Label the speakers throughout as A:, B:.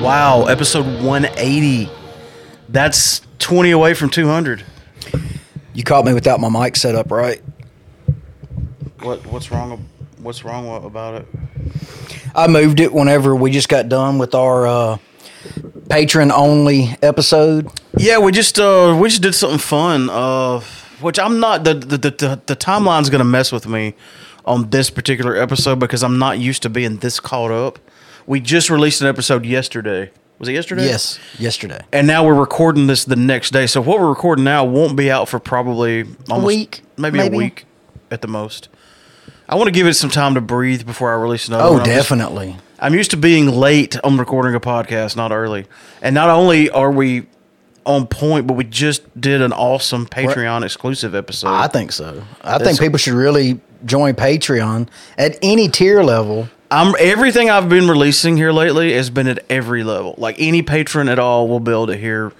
A: Wow, episode 180. That's 20 away from 200.
B: You caught me without my mic set up, right?
A: What what's wrong what's wrong wa- about it?
B: I moved it whenever we just got done with our uh, patron only episode.
A: Yeah, we just uh we just did something fun. Uh which I'm not the the the, the, the timeline's going to mess with me on this particular episode because I'm not used to being this caught up. We just released an episode yesterday. Was it yesterday?
B: Yes, yesterday.
A: And now we're recording this the next day. So what we're recording now won't be out for probably almost,
B: week,
A: maybe,
B: maybe.
A: a week at the most. I want to give it some time to breathe before I release another.
B: Oh,
A: one. I'm just-
B: definitely.
A: I'm used to being late on recording a podcast, not early. And not only are we on point, but we just did an awesome Patreon exclusive episode.
B: I think so. I think people should really join Patreon at any tier level.
A: I'm everything I've been releasing here lately has been at every level. Like any patron at all will be able to hear.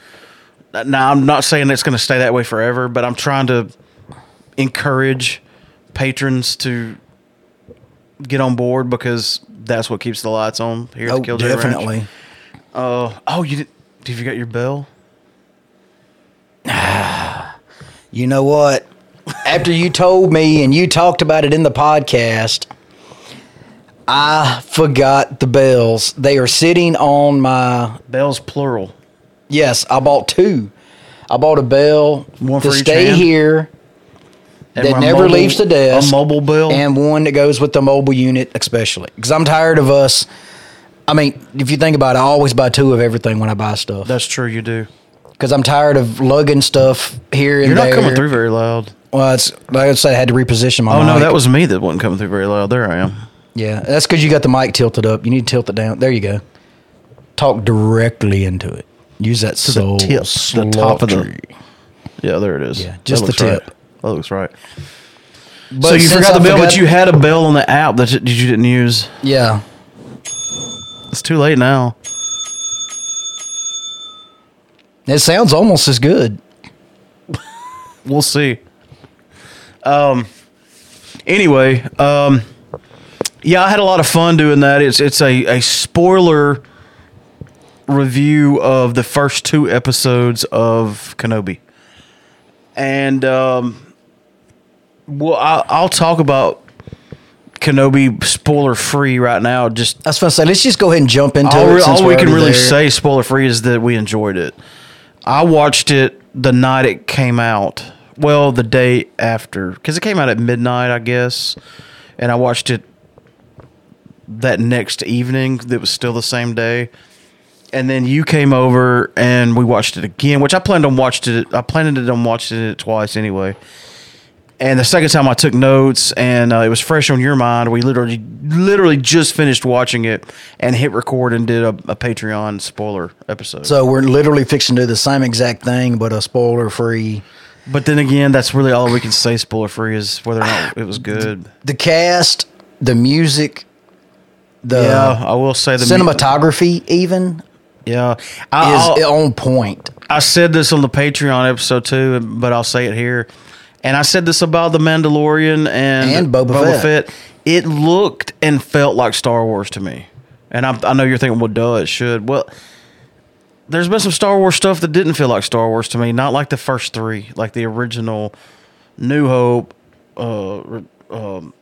A: Now I'm not saying it's going to stay that way forever, but I'm trying to encourage patrons to get on board because that's what keeps the lights on here at
B: Oh,
A: the Killjoy Ranch.
B: definitely.
A: Uh, oh, you did, did you got your bell?
B: You know what? After you told me and you talked about it in the podcast, I forgot the bells. They are sitting on my
A: Bells plural.
B: Yes, I bought two. I bought a bell
A: One
B: to
A: for each
B: stay
A: hand?
B: here
A: And
B: that
A: my
B: never
A: mobile-
B: leaves the desk.
A: A mobile bell.
B: and one that goes with the mobile unit, especially because I'm tired of us. I mean, if you think about it, I always buy two of everything when I buy stuff
A: that's true. You do.
B: because I'm tired of lugging stuff here and
A: You're not
B: there.
A: coming through very loud.
B: Well, it's like I said, I had to reposition my.
A: Oh no,
B: mic.
A: that was me that wasn't coming through very loud. There I am.
B: yeah. That's because you got the mic tilted up. You need to tilt it down. There you go. Talk directly into it. Use that
A: the
B: soul
A: tip, the top of the-
B: sultry.
A: Yeah, there it is.
B: Yeah,
A: That
B: just the
A: looks
B: tip.
A: Right. That looks right.
B: But
A: so you
B: since
A: forgot the
B: I
A: bell, but
B: forgot-
A: you had a bell on the app that you you didn't use.
B: yeah.
A: It's too late now.
B: It sounds almost as good.
A: We'll see. Um. Anyway, um, yeah, I had a lot of fun doing that. It's it's a, a spoiler review of the first two episodes of Kenobi, and um, well, I, I'll talk about Kenobi spoiler free right now. Just
B: I was going to say, let's just go ahead and jump into
A: all,
B: it.
A: re-
B: since
A: all
B: we're
A: we can
B: already
A: really
B: there.
A: say spoiler free is that we enjoyed it i watched it the night it came out well the day after because it came out at midnight i guess and i watched it that next evening that was still the same day and then you came over and we watched it again which i planned on watched it i planned it on watching it twice anyway and the second time I took notes, and uh, it was fresh on your mind. We literally, literally just finished watching it and hit record and did a, a Patreon spoiler episode.
B: So we're literally fixing to do the same exact thing, but a spoiler free.
A: but then again, that's really all we can say spoiler free is whether or not it was good.
B: The cast, the music,
A: Yeah,
B: the
A: I will say the mu-
B: cinematography, even
A: Yeah,
B: is
A: I, I'll-
B: on point.
A: I said this on the Patreon episode too, but I'll say it here. And I said this about the Mandalorian and,
B: And Boba Fett.
A: It looked and felt like Star Wars to me. And I, I know you're thinking, well, duh, it should. Well, there's been some Star Wars stuff that didn't feel like Star Wars to me. Not like the first three, like the original New Hope. Uh, re- um,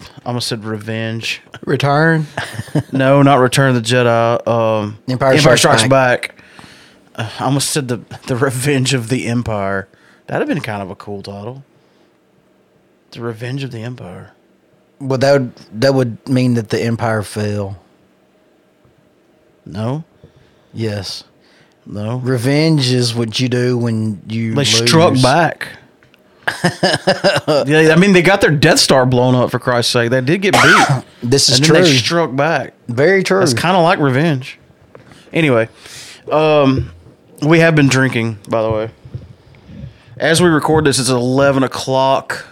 A: I almost said Revenge.
B: Return.
A: No, not Return of the Jedi. Um,
B: Empire Strikes
A: Back. Uh, I almost said the the Revenge of the Empire. That'd have been kind of a cool title. The Revenge of the Empire.
B: Well, that would that would mean that the empire fell.
A: No,
B: Yes.
A: no.
B: Revenge is what you do when you
A: They
B: lose.
A: struck back. yeah, I mean they got their Death Star blown up for Christ's sake. They did get beat, and
B: This is
A: then
B: true.
A: they struck back.
B: Very true.
A: It's kind of like revenge. Anyway, um, we have been drinking, by the way. As we record this, it's eleven o'clock.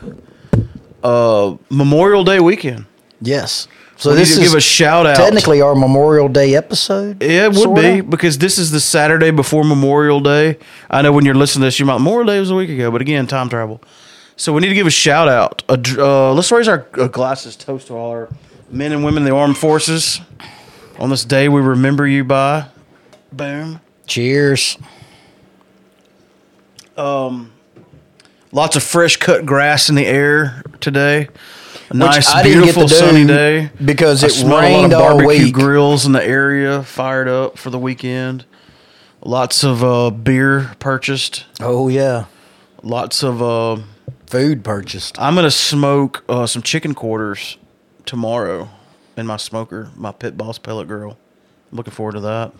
A: Uh, Memorial Day weekend.
B: yes. So
A: So we
B: this
A: need
B: is
A: to give a shout out.
B: technically our Memorial Day episode.
A: it would
B: sorta.
A: be because this is the Saturday before Memorial Day. I know when you're listening to this, you might Memorial Day was a week ago, but again, time travel. So we need to give a shout out. A dr- uh, let's raise our uh, glasses, toast to all our men and women in the armed forces on this day we remember you by Boom.
B: Cheers.
A: Lots of fresh cut grass in the air today. A
B: Which
A: nice,
B: I didn't get
A: beautiful
B: to do
A: sunny day.
B: because
A: I
B: it
A: smell a lot of
B: rained all
A: barbecue
B: week.
A: Grills in the area fired up for the weekend. Lots of uh, beer purchased.
B: Oh yeah.
A: Lots of. Uh,
B: Food purchased.
A: I'm gonna smoke uh, some chicken quarters tomorrow in my smoker, my pit boss pellet grill. Looking forward to that.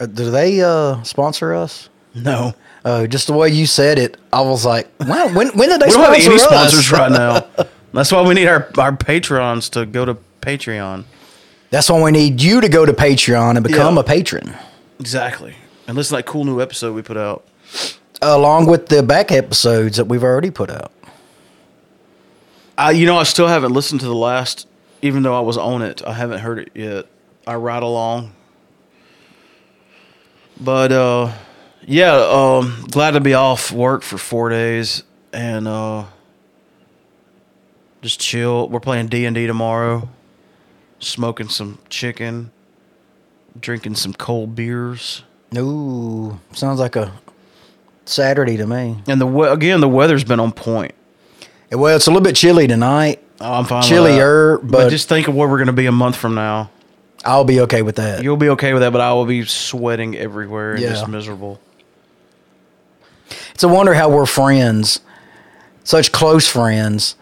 B: Uh, Do they uh, sponsor us?
A: No,
B: Oh, just the way you said it, I was like, wow, when when did they
A: we don't
B: sponsor
A: have any
B: us?
A: sponsors right now. That's why we need our our patrons to go to Patreon.
B: That's why we need you to go to Patreon and become
A: Yeah.
B: a patron,
A: Exactly, and listen to that cool new episode we put out.
B: along with the back episodes that we've already put out.
A: I, you know, I still haven't listened to the last, even though I was on it. I haven't heard it yet. I ride along, but uh, yeah, um, glad to be off work for four days and uh, just chill. We're playing D and D tomorrow, smoking some chicken, drinking some cold beers,
B: Ooh, sounds like a Saturday to me.
A: and the we- again the weather's been on point.
B: Well, it's a little bit chilly tonight.
A: Oh, I'm fine. with that.
B: Chillier, but-
A: but just think of where we're going to be a month from now.
B: I'll be okay with that.
A: You'll be okay with that, but I will be sweating everywhere and
B: Yeah.
A: just miserable.
B: It's a wonder how we're friends, such close friends,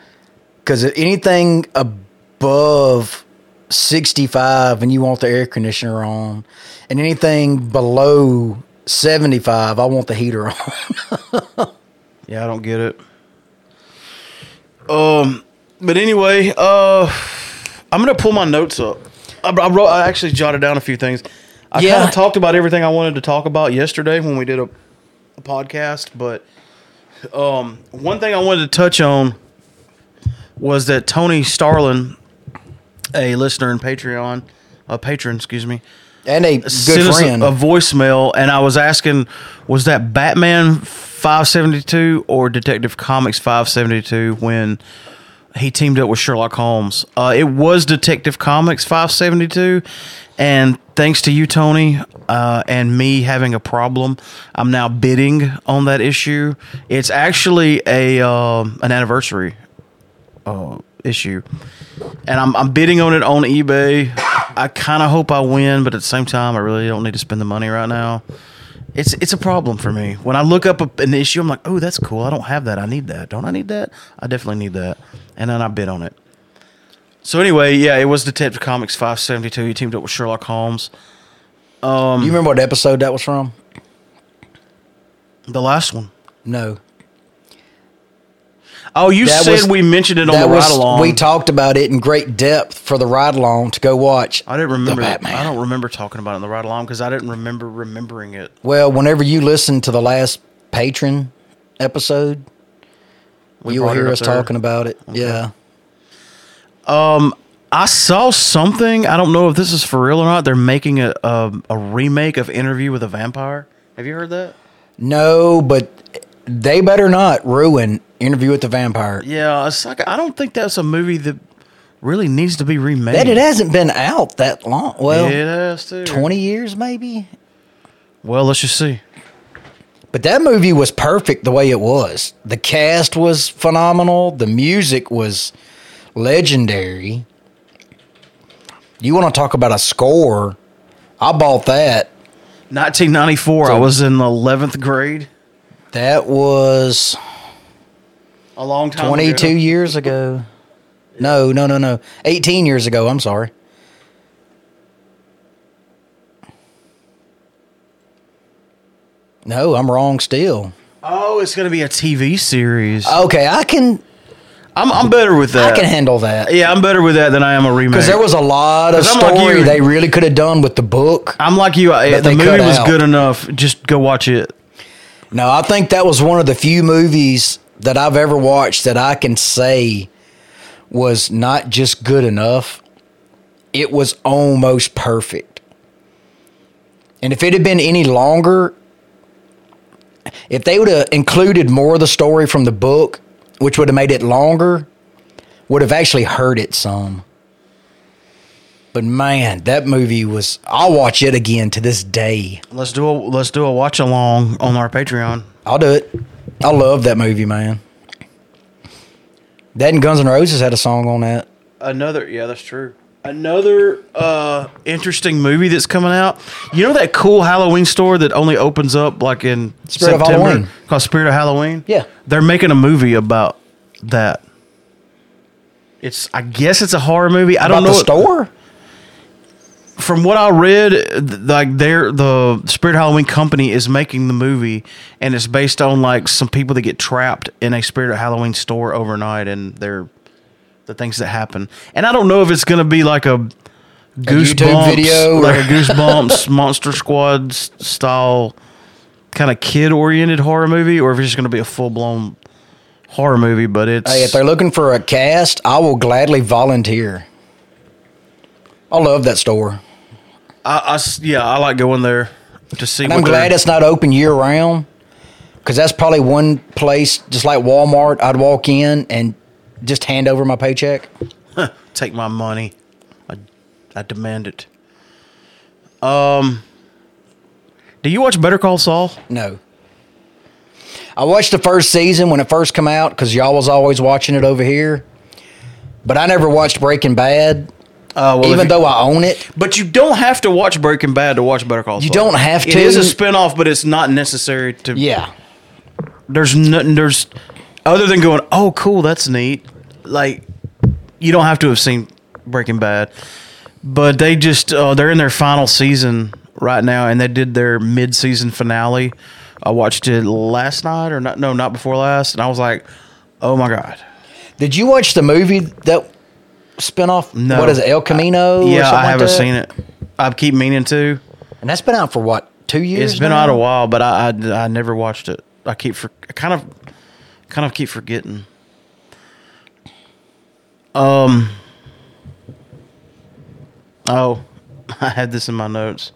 B: because anything above 65 and you want the air conditioner on, and anything below 75, I want the heater on.
A: Yeah, I don't get it. Um, but anyway, uh, I'm gonna pull my notes up. I, I wrote, I actually jotted down a few things. I
B: Yeah.
A: kind of talked about everything I wanted to talk about yesterday when we did a, a podcast, but um, one thing I wanted to touch on was that Tony Starlin, a listener in Patreon, a patron, excuse me,
B: and a
A: sent
B: good
A: us a-
B: friend.
A: a voicemail, and I was asking, was that Batman 572 or Detective Comics 572 when he teamed up with Sherlock Holmes? Uh, it was Detective Comics 572, and thanks to you, Tony, uh, and me having a problem, I'm now bidding on that issue. It's actually a um an anniversary uh, issue and I'm, I'm bidding on it on eBay. I kind of hope I win, but at the same time, I really don't need to spend the money right now. It's it's a problem for me. When I look up a, an issue, I'm like, oh, that's cool. I don't have that. I need that. Don't I need that? I definitely need that. And then I bid on it. So anyway, yeah, it was Detective Comics 572. He teamed up with Sherlock Holmes.
B: you remember what episode that was from?
A: The last one.
B: No.
A: Oh, you
B: That
A: said
B: was-
A: we mentioned it on
B: that
A: the
B: was
A: ride along.
B: we talked about it in great depth for the ride along to go watch.
A: I didn't remember.
B: The
A: that.
B: Batman.
A: I don't remember talking about it on the ride along because I didn't remember remembering it.
B: Well, whenever you listen to the last patron episode,
A: We
B: you will
A: brought it
B: hear
A: up
B: us
A: there.
B: talking about it. Yeah.
A: I saw something. I don't know if this is for real or not. They're making a a, a remake of Interview with a Vampire. Have you heard that?
B: No, but they better not ruin Interview with the Vampire.
A: Yeah, it's like I don't think that's a movie that really needs to be remade.
B: That it hasn't been out that long. Well,
A: It has to.
B: 20 years maybe.
A: Well, let's just see.
B: But that movie was perfect the way it was. The cast was phenomenal. The music was legendary. You want to talk about a score? I bought that.
A: 1994. I
B: So-
A: was in 11th grade.
B: That was
A: A long time.
B: 22
A: ago.
B: years ago. No, no, no, no. 18 years ago. I'm sorry. No, I'm wrong still.
A: Oh, it's gonna be a TV series.
B: Okay, I can
A: I'm I'm better with
B: Oh. I
A: that.
B: can handle that.
A: yeah, I'm better with that than I am a remake.
B: Because there was a lot of
A: 'Cause I'm like
B: story
A: you.
B: they really could have done with the book.
A: I'm like you. I,
B: But
A: the
B: they cut
A: movie was
B: out.
A: good enough. Just go watch it.
B: No, I think that was one of the few movies that I've ever watched that I can say was not just good enough, it was almost perfect. And if it had been any longer, if they would have included more of the story from the book, which would have made it longer, would have actually hurt it some. But man, that movie was. I'll watch it again to this day.
A: Let's do a let's do a watch along on our Patreon.
B: I'll do it. I love that movie, man. That and Guns N' Roses had a song on that.
A: Another yeah, that's true. Another uh interesting movie that's coming out. You know that cool Halloween store that only opens up like in
B: Spirit of
A: September
B: Halloween.
A: called Spirit of Halloween?
B: Yeah.
A: They're making a movie about that. It's I guess it's a horror movie. I don't
B: About
A: know
B: the
A: it-
B: store?
A: from what I read, th- like they're the Spirit Halloween company is making the movie, and it's based on like some people that get trapped in a Spirit Halloween store overnight, and they're the things that happen. And I don't know if it's gonna be like a
B: YouTube
A: goosebumps
B: video or-
A: like a goosebumps Monster Squad s- style kind of kid oriented horror movie, or if it's just gonna be a full blown horror movie. But it's
B: Hey, if Oh, they're looking for a cast, I will gladly volunteer. I love that store.
A: I, I s- yeah, I like going there to see.
B: And I'm
A: what they're-
B: glad it's not open year round because that's probably one place, just like Walmart, I'd walk in and just hand over my paycheck.
A: Take my money. I, I demand it. Um, do you watch Better Call Saul?
B: No. I watched the first season when it first come out because y'all was always watching it over here. But I never watched Breaking Bad,
A: Uh, well, if
B: even
A: you-
B: though I own it.
A: but you don't have to watch Breaking Bad to watch Better Call Saul.
B: You don't have
A: It is a
B: to.
A: spinoff, but it's not necessary to.
B: Yeah.
A: There's nothing. There's other than going. Oh, cool. That's neat. Like you don't have to have seen Breaking Bad, but they just uh, they're in their final season right now, and they did their mid season finale. I watched it last night, or not? No, not before last, and I was like, oh my god.
B: Did you watch the movie that spinoff?
A: No.
B: What is it, El Camino? or
A: Yeah,
B: something
A: I
B: like
A: haven't
B: that?
A: seen it. I keep meaning to.
B: And that's been out for what, two years?
A: It's been
B: now?
A: out a while, but I, I I never watched it. I keep for I kind of kind of keep forgetting. Um, oh, I had this in my notes.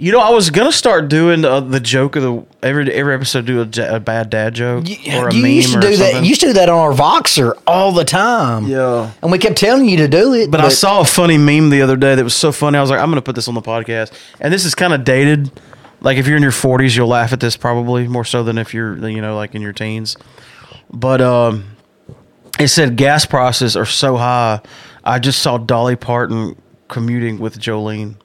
A: You know, I was gonna start doing uh, the joke of the every every episode do a, j- a bad dad joke
B: You,
A: or a
B: you
A: meme
B: used to
A: or
B: do that.
A: something.
B: You used to do that on our Voxer all the time.
A: Yeah.
B: And we kept telling you to do it.
A: But, I saw a funny meme the other day that was so funny. I was like, I'm going to put this on the podcast. And this is kind of dated. Like if you're in your 40s, you'll laugh at this probably more so than if you're you know like in your teens. But um, it said gas prices are so high. I just saw Dolly Parton commuting with Jolene.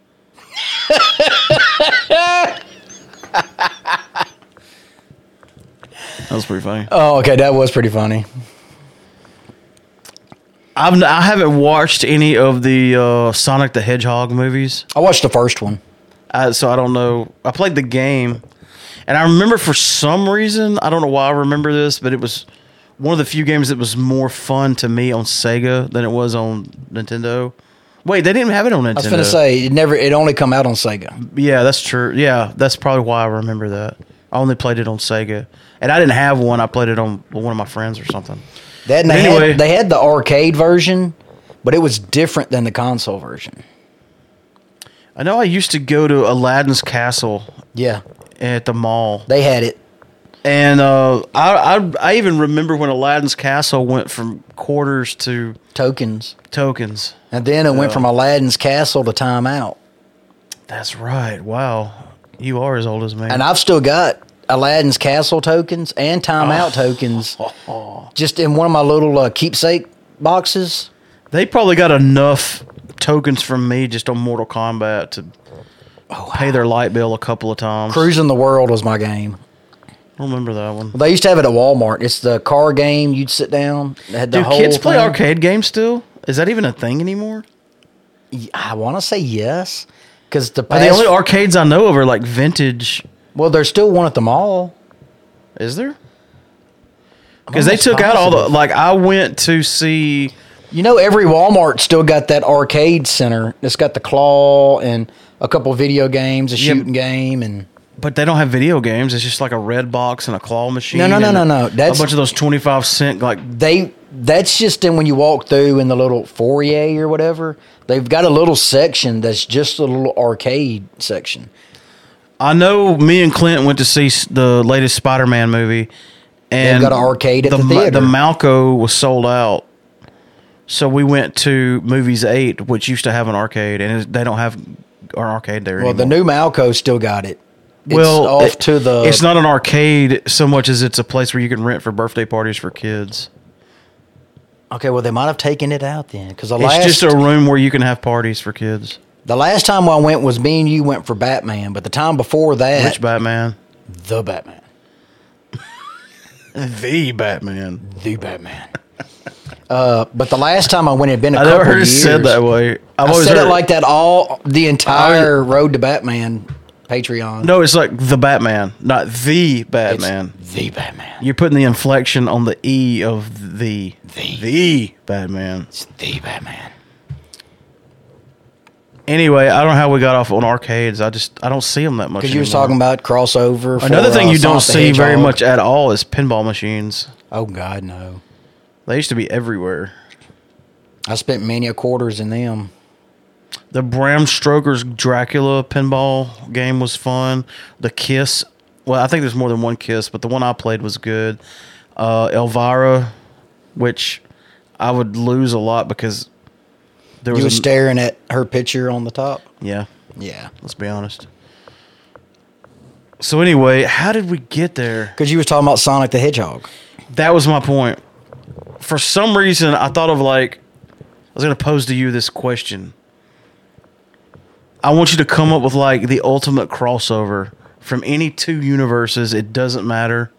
A: that was pretty funny.
B: Oh, okay. That was pretty funny.
A: I've n- I haven't watched any of the uh, Sonic the Hedgehog movies.
B: I watched the first one.
A: I, so I don't know. I played the game, and I remember for some reason I don't know why I remember this, but it was one of the few games that was more fun to me on Sega than it was on Nintendo. Wait, they didn't have it on Nintendo.
B: I was gonna say it never. It only come out on Sega.
A: yeah, that's true. Yeah, that's probably why I remember that. I only played it on Sega, and I didn't have one. I played it on one of my friends or something.
B: That and they,
A: Anyway.
B: had, they had the arcade version, but it was different than the console version.
A: I know I used to go to Aladdin's Castle
B: Yeah,
A: at the mall.
B: they had it.
A: And uh, I, I I even remember when Aladdin's Castle went from quarters to
B: Tokens,
A: tokens.
B: and then it went from Aladdin's castle to Time Out.
A: That's right. Wow, you are as old as me.
B: And I've still got Aladdin's castle tokens and Time Out
A: Oh.
B: tokens, just in one of my little uh, keepsake boxes.
A: they probably got enough tokens from me just on Mortal Kombat to
B: Oh,
A: pay their light bill a couple of times.
B: Cruising the World was my game.
A: I remember that one.
B: They used to have it at Walmart. It's the car game. You'd sit down. It had the
A: Do
B: whole
A: kids play
B: thing.
A: arcade games still? Is that even a thing anymore?
B: I want to say yes because the
A: Are the
B: past-
A: only arcades I know of are like vintage.
B: well, there's still one at the mall.
A: Is there? Because they
B: almost
A: took out all the
B: positive.
A: like. I went to see.
B: You know, every Walmart still got that arcade center. It's got the claw and a couple video games, a
A: Yeah.
B: shooting game, and
A: But they don't have video games. It's just like a red box and a claw machine.
B: No, no, no,
A: and
B: no, no. That's-
A: a bunch of those twenty-five cent like.
B: they. That's just in when you walk through in the little foyer or whatever. They've got a little section that's just a little arcade section.
A: I know. Me and Clint went to see s- the latest Spider-Man movie, and
B: got an arcade at the
A: ma-
B: theater.
A: The Malco was sold out, So we went to Movies Eight, which used to have an arcade, and it, they don't have an arcade there
B: Well,
A: anymore.
B: the new Malco still got it. It's
A: well,
B: off
A: it-
B: to the.
A: It's not an arcade so much as it's a place where you can rent for birthday parties for kids.
B: okay. Well, they might have taken it out then, because the
A: It's
B: last
A: just a room where you can have parties for kids.
B: the last time I went was me and you went for Batman, but the time before that,
A: Which Batman?
B: the Batman,
A: The Batman.
B: the Batman. uh, but the last time I went had been a
A: I
B: couple
A: never heard it
B: years.
A: said that way. I've
B: I
A: always
B: said
A: heard
B: it like that all the entire Road to Batman Patreon.
A: No, it's like the Batman, not the
B: It's
A: Batman.
B: the Batman.
A: You're putting the inflection on the e of the
B: The. E.
A: the Batman.
B: It's the Batman.
A: Anyway, I don't know how we got off on arcades. I just I don't see them that much.
B: Because you was
A: anymore.
B: talking about crossover. for,
A: another thing
B: uh,
A: you don't
B: Sonic the
A: see very
B: Hedgehog.
A: much at all is pinball machines.
B: Oh God, no!
A: They used to be everywhere.
B: I spent many a quarters in them.
A: The Bram Stoker's Dracula pinball game was fun. The Kiss, well, I think there's more than one Kiss, but the one I played was good. Uh, Elvira, which I would lose a lot because there
B: You
A: was
B: were
A: a-
B: staring at her picture on the top.
A: yeah.
B: Yeah,
A: Let's be honest. So anyway, how did we get there?
B: because you was talking about Sonic the Hedgehog.
A: That was my point. For some reason, I thought of like, I was going to pose to you this question. I want you to come up with like the ultimate crossover from any two universes. It doesn't matter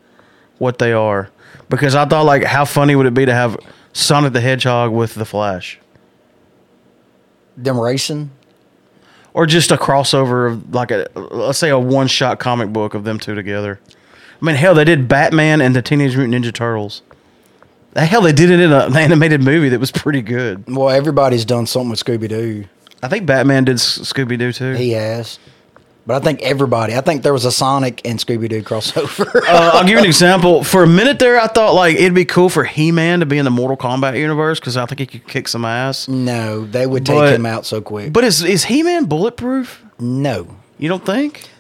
A: what they are. Because I thought, like, how funny would it be to have Sonic the Hedgehog with The Flash?
B: Them racing.
A: Or just a crossover of, like, a, let's say a one shot comic book of them two together. I mean, hell, they did Batman and the Teenage Mutant Ninja Turtles. Hell, they did it in a- an animated movie that was pretty good.
B: Well, everybody's done something with Scooby Doo.
A: I think Batman did Scooby Doo too.
B: He has, but I think everybody. I think there was a Sonic and Scooby Doo crossover.
A: uh, I'll give you an example. For a minute there, I thought like it'd be cool for He Man to be in the Mortal Kombat universe because I think he could kick some ass.
B: no, they would take
A: But-
B: him out so quick.
A: But is is He Man bulletproof?
B: no.
A: You don't think?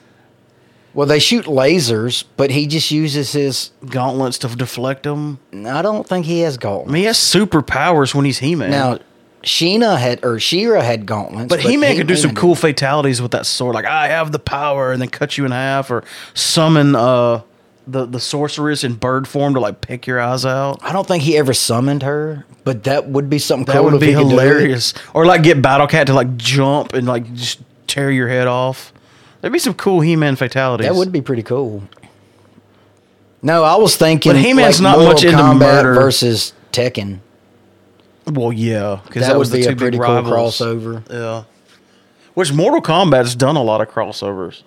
B: Well, they shoot lasers, but he just uses his.
A: Gauntlets to deflect him.
B: I don't think he has
A: I
B: gauntlets.
A: mean, he has superpowers when he's He Man.
B: Now, Sheena had or Shira had gauntlets,
A: But He Man could do some
B: didn't.
A: cool fatalities with that sword, like I have the power, and then cut you in half, or summon uh the the sorceress in bird form to like pick your eyes out.
B: I don't think he ever summoned her, but that would be something
A: That
B: cool.
A: would
B: if
A: be
B: he could do it.
A: hilarious. Or like get Battle Cat to like jump and like just tear your head off. There'd be some cool He Man fatalities.
B: That would be pretty cool. No, I was thinking.
A: But He-Man's
B: like,
A: not
B: Mortal
A: much into
B: Kombat
A: murder.
B: versus Tekken.
A: Well, yeah, because
B: That would be a pretty cool crossover.
A: Yeah. Which Mortal Kombat's done a lot of crossovers.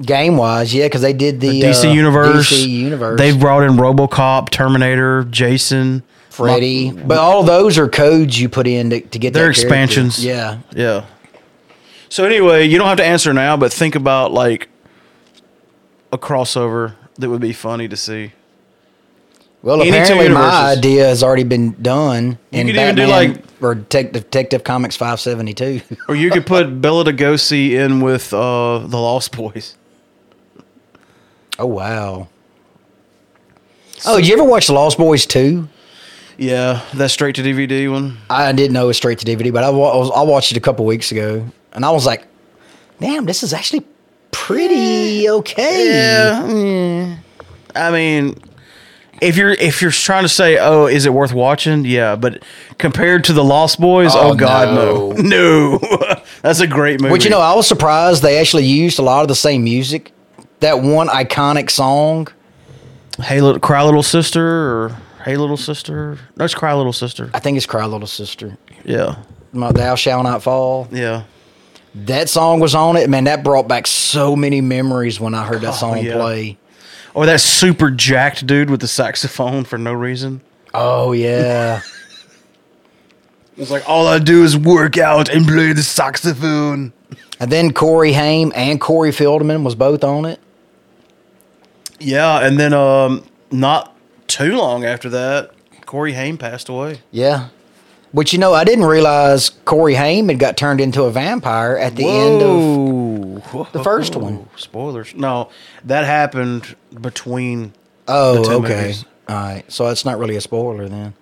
B: Game wise, yeah, because they did the,
A: DC
B: uh,
A: Universe,
B: DC Universe,
A: They've brought in RoboCop, Terminator, Jason,
B: Freddy, but all those are codes you put in to, to get
A: They're
B: that character.
A: expansions.
B: Yeah,
A: Yeah. So anyway, you don't have to answer now, but think about like a crossover that would be funny to see.
B: Well,
A: Any two
B: apparently my
A: universes.
B: idea has already been done
A: You
B: in
A: could even do,
B: Batman
A: like-
B: or Detec- Detective Comics 572.
A: Or you could put Bella Lugosi in with uh, the Lost Boys.
B: oh wow. Oh, did you ever watch Lost Boys 2?
A: Yeah, that straight to DVD one.
B: I didn't know it was straight to DVD, but I, wa- I was, I watched it a couple weeks ago and I was like, "Damn, this is actually pretty okay."
A: I mean, if you're if you're trying to say, oh, is it worth watching? Yeah, but compared to the Lost Boys, oh,
B: Oh,
A: God, no, no, that's a great movie.
B: But you know, I was surprised they actually used a lot of the same music. That one iconic song.
A: hey, little, cry, little sister, or hey, little sister. No, it's cry, little sister.
B: I think it's "Cry Little Sister."
A: Yeah,
B: My, Thou shall not fall.
A: yeah.
B: That song was on it, man. That brought back so many memories when I heard that song
A: yeah.
B: play.
A: Or that super jacked dude with the saxophone for no reason.
B: Oh yeah,
A: It's like all I do is work out and play the saxophone.
B: and then Corey Haim and Corey Feldman was both on it.
A: Yeah, and then um, not too long after that, Corey Haim passed away.
B: Yeah, but you know, I didn't realize Corey Haim had got turned into a vampire at the end of.
A: of
B: the first one.
A: Spoilers. No, that happened between.
B: Oh,
A: the two
B: okay.
A: movies.
B: All right, so it's not really a spoiler then.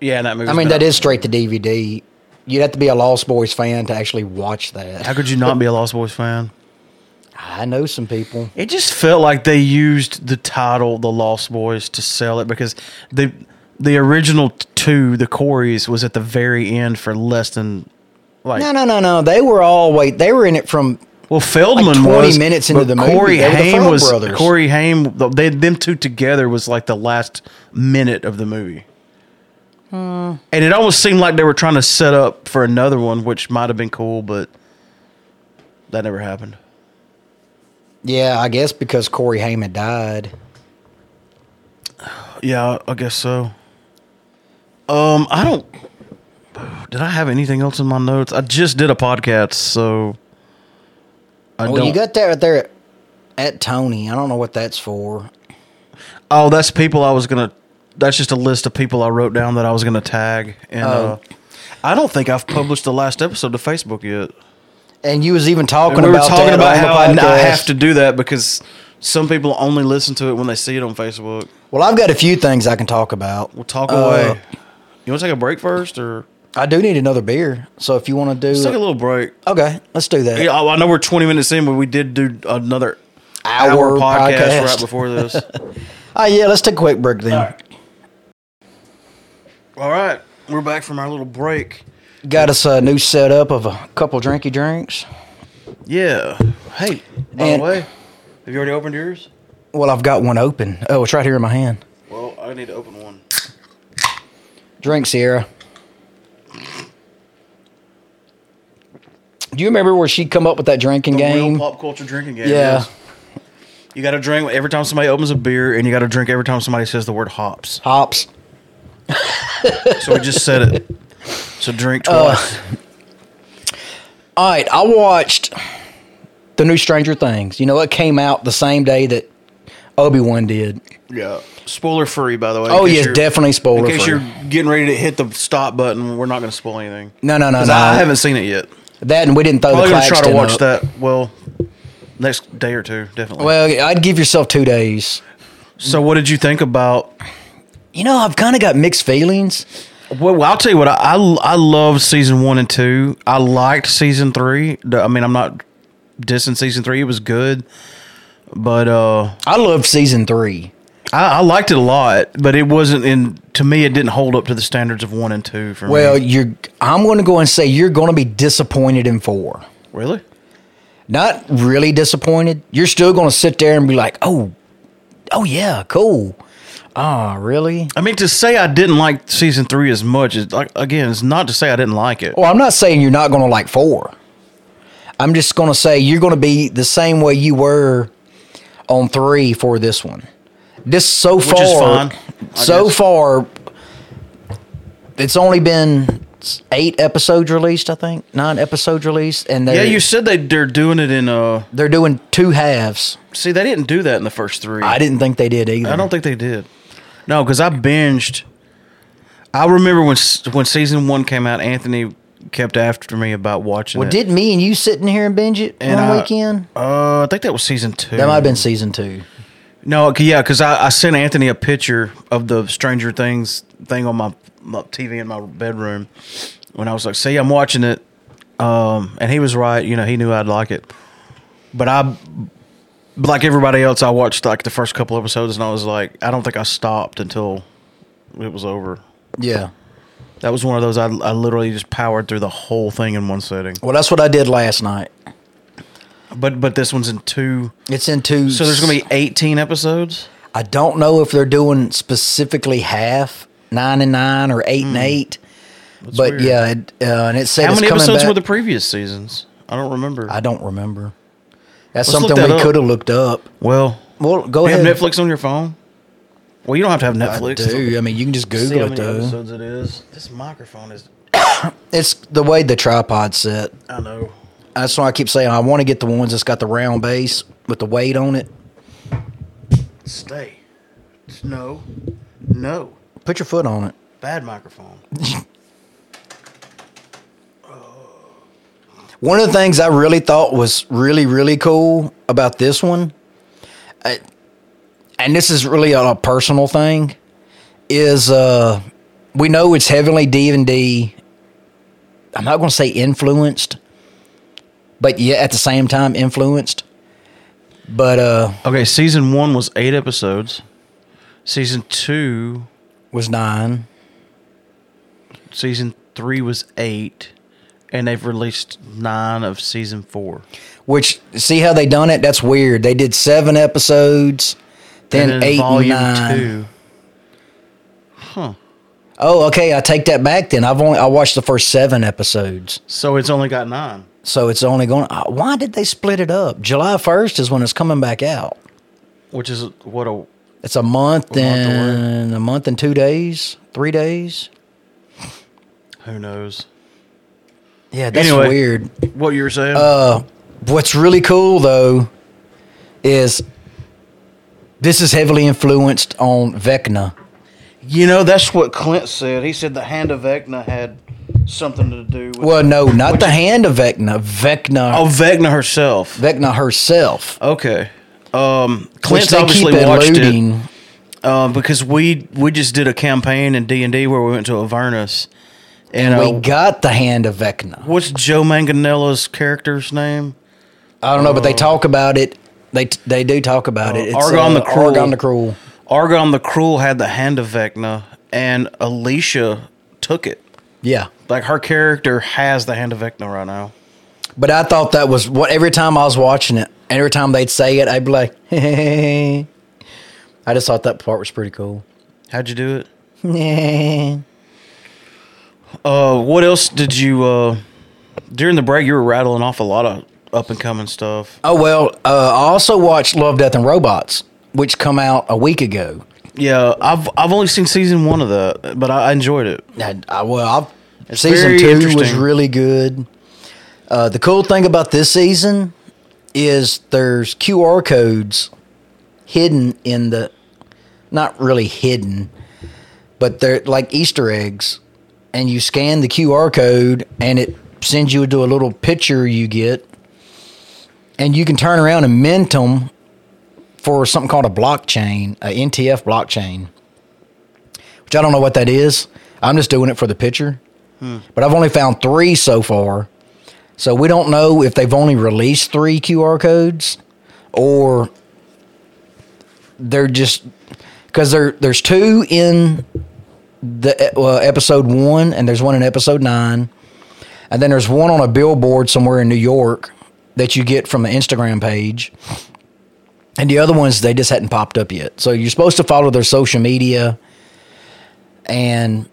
A: Yeah, that movie.
B: I mean, that is straight to DVD. You'd have to be a Lost Boys fan to actually watch
A: How
B: that.
A: could you not be a Lost Boys fan?
B: I know some people.
A: It just felt like they used the title "The Lost Boys" to sell it because the the original two, the Coreys, was at the very end for less than like
B: No, no, no, no. They were all wait. They were in it from.
A: Well, Feldman
B: Like 20
A: was
B: minutes
A: but
B: into the movie,
A: Corey
B: they were the
A: Haim
B: Feld
A: was
B: brothers.
A: Corey Haim. th- They them two together was like the last minute of the movie,
B: Hmm.
A: and it almost seemed like they were trying to set up for another one, which might have been cool, but that never happened.
B: Yeah, I guess because Corey Haim had died.
A: Yeah, I guess so. Um, I don't. Did I have anything else in my notes? I just did a podcast, so I
B: well,
A: don't.
B: Oh, you got that right there at, at Tony. I don't know what that's for.
A: oh, that's people I was gonna. That's just a list of people I wrote down that I was gonna tag, and
B: Oh.
A: uh, I don't think I've published the last episode to Facebook yet.
B: And you was even talking
A: And we were
B: about
A: talking
B: that
A: about
B: on the
A: how I, I
B: podcast.
A: have to do that because some people only listen to it when they see it on Facebook.
B: Well, I've got a few things I can talk about.
A: We'll talk
B: Uh,
A: away. You want to take a break first, or
B: I do need another beer, so if you want to do,
A: let's take a little break?
B: okay, let's do that.
A: Yeah, oh, I I know we're 20 minutes in, but we did do another
B: Hour podcast.
A: right before this.
B: Oh yeah, let's take a quick break then.
A: All right, we're back from our little break.
B: Got us a new setup of a couple drinky drinks.
A: Yeah. Hey, by
B: And-
A: the way, have you already opened yours?
B: Well, I've got one open. Oh, it's right here in my hand.
A: Well, I need to open one.
B: Drink, Sierra. Do you remember where she come up with that drinking game?
A: Real pop culture drinking game.
B: yeah.
A: yes. You got to drink every time somebody opens a beer, and you got to drink every time somebody says the word hops.
B: hops.
A: So we just said it. So drink twice.
B: All right, I watched the new Stranger Things. You know, it came out the same day that Obi Wan did.
A: yeah. Spoiler free, by the way. in
B: Oh
A: case
B: yeah,
A: you're-
B: definitely
A: In
B: spoiler
A: case
B: free.
A: you're getting ready to hit the stop button, we're not going to spoil anything.
B: No, no, no,
A: 'Cause
B: no.
A: I haven't seen it yet.
B: that, and we didn't throw
A: I'm
B: the
A: gonna
B: Claxton
A: try to watch
B: up.
A: that. Well, next day or two, definitely.
B: Well, I'd give yourself two days.
A: so, what did you think about?
B: You know, I've kind of got mixed feelings.
A: Well, well, I'll tell you what. I I, I love season one and two. I liked season three. The- I mean, I'm not dissing season three. It was good, but uh,
B: I love season three.
A: I, I liked it a lot. But it wasn't in. To me, it didn't hold up to the standards of one and two. For
B: Well,
A: me.
B: you're. I'm going to go and say you're going to be disappointed in four.
A: really?
B: Not really disappointed. You're still going to sit there and be like, oh, oh yeah, cool. Ah, really?
A: I mean, to say I didn't like season three as much is like again, it's not to say I didn't like it.
B: Well, I'm not saying you're not going to like four. I'm just going to say you're going to be the same way you were on three for this one. Just so far,
A: is fine, I
B: so
A: guess.
B: far, it's only been s- eight episodes released. I think nine episodes released, and
A: Yeah,
B: they're
A: you said they they're doing it in uh.
B: they're doing two halves.
A: See, they didn't do that in the first three.
B: I didn't think they did either.
A: I don't think they did. No, because I binged. I remember when s- when season one came out, Anthony kept after me about watching.
B: Well,
A: it.
B: didn't me and you sitting here and binge it
A: And
B: one
A: I-
B: weekend?
A: Uh, I think that was season two.
B: That might have been season two.
A: No, c- yeah, because I, I sent Anthony a picture of the Stranger Things thing on my, my TV in my bedroom when I was like, "See, I'm watching it," um, and he was right. You know, he knew I'd like it, but I, like everybody else, I watched like the first couple episodes, and I was like, I don't think I stopped until it was over.
B: Yeah.
A: That was one of those I, I literally just powered through the whole thing in one sitting.
B: Well, that's what I did last night.
A: But but this one's in two,
B: It's in two.
A: so there's gonna be 18 episodes.
B: I don't know if they're doing specifically half nine and nine or eight and eight, but
A: Hmm. weird.
B: yeah, it, uh, and it said
A: How
B: it's
A: many
B: coming
A: episodes
B: back.
A: were the previous seasons? I don't remember.
B: I don't remember. That's
A: Let's look
B: something
A: that
B: we
A: up.
B: could have looked up.
A: Well,
B: Well, go
A: you have
B: ahead.
A: Netflix on your phone? Well, you don't have to have Netflix.
B: do. I mean, you can just
A: See how
B: Google it
A: many
B: though.
A: episodes it is. This microphone is.
B: It's the way the tripod's set.
A: I know.
B: That's why I keep saying I want to get the ones that's got the round base with the weight on it.
A: Stay. No. No.
B: Put your foot on it.
A: Bad microphone.
B: One of the things I really thought was really, really cool about this one, I- and this is really a, a personal thing, is uh, we know it's heavily D and D. I'm not going to say influenced, but yet at the same time influenced. But uh,
A: Okay, season one was eight episodes. Season two,
B: was nine.
A: season three was eight, and they've released nine of season four.
B: Which see how they done it? That's weird. They did seven episodes, then,
A: and
B: eight and nine.
A: two. Huh.
B: Oh, okay. I take that back. Then I've only I watched the first seven episodes,
A: So it's only got nine.
B: so it's only going. uh, Why did they split it up? July first is when it's coming back out.
A: Which is what a
B: It's a
A: A month
B: month
A: away.
B: and a month and two days, three days.
A: who knows.
B: Yeah, that's
A: Anyway.
B: weird.
A: What you were saying?
B: Uh, what's really cool though is this is heavily influenced on Vecna.
A: you know, that's what Clint said. He said the hand of Vecna had something to do with
B: Well, no, not the hand of Vecna. Vecna,
A: Oh, Vecna herself.
B: Vecna herself.
A: Okay. Um
B: Which
A: Clint's
B: they
A: obviously
B: keep
A: watched it.
B: eluding.
A: um, because we we just did a campaign in D and D where we went to Avernus, and
B: We
A: uh,
B: got the hand of Vecna.
A: what's Joe Manganiello's character's name?
B: I don't know, but they talk about it. They they do talk about it. It's,
A: Oh.
B: uh,
A: Argon the Cruel.
B: Argon the Cruel.
A: Argon the Cruel had the hand of Vecna, and Alicia took it.
B: Yeah,
A: Like her character has the hand of Vecna right now.
B: but I thought that was what. Every time I was watching it, every time they'd say it, I'd be like, I just thought that part was pretty cool. Oh,
A: How'd you do it? Uh, what else did you? Uh, during the break, you were rattling off a lot of up and coming stuff.
B: oh well, uh, I also watched Love, Death, and Robots, which come out a week ago.
A: Yeah, I've I've only seen season one of that, but I, I enjoyed it.
B: And I, uh, well, I've, season
A: very
B: two was
A: interesting.
B: really good. Uh, the cool thing about this season is there's QR codes hidden in the, not really hidden, but they're like Easter eggs, and you scan the QR code and it sends you to a little picture you get, and you can turn around and mint them for something called a blockchain, a NTF blockchain which I don't know what that is. I'm just doing it for the picture. But I've only found three so far. So we don't know if they've only released three QR codes or they're just because there there's two in the uh, episode one and there's one in episode nine and then there's one on a billboard somewhere in New York that you get from the Instagram page and the other ones they just hadn't popped up yet so you're supposed to follow their social media and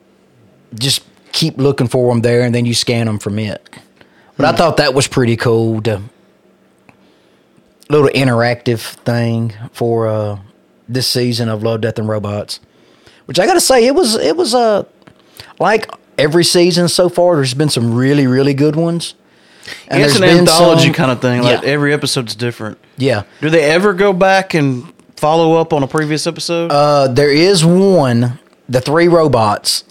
B: just keep looking for them there, and then you scan them from it. But
A: Hmm.
B: I thought that was pretty cool to little interactive thing for uh, this season of Love, Death, and Robots. Which I got to say, it was it was uh, like every season so far. There's been some really really good ones. And
A: it's an
B: there's been
A: anthology
B: some-
A: kind of thing. Like
B: yeah,
A: every episode's different.
B: yeah.
A: Do they ever go back and follow up on a previous episode?
B: Uh, there is one, the three robots,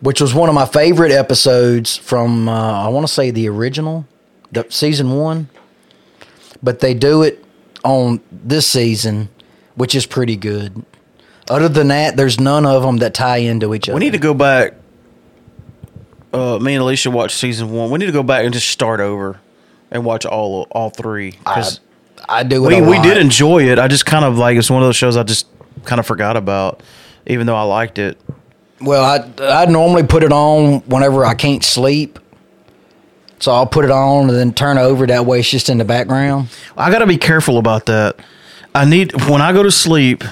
B: which was one of my favorite episodes from uh, I want to say the original, the season one. But they do it on this season, which is pretty good. Other than that, there's none of them that tie into each other.
A: we need to go back. Uh, me and Alicia watched season one. We need to go back and just start over and watch all all three
B: I,
A: because
B: I do. It
A: we
B: a
A: we
B: lot.
A: did enjoy it. I just kind of like it's one of those shows I just kind of forgot about, even though I liked it.
B: Well, I I normally put it on whenever I can't sleep, so I'll put it on and then turn it over. That way, it's just in the background.
A: I got to be careful about that. I need when I go to sleep,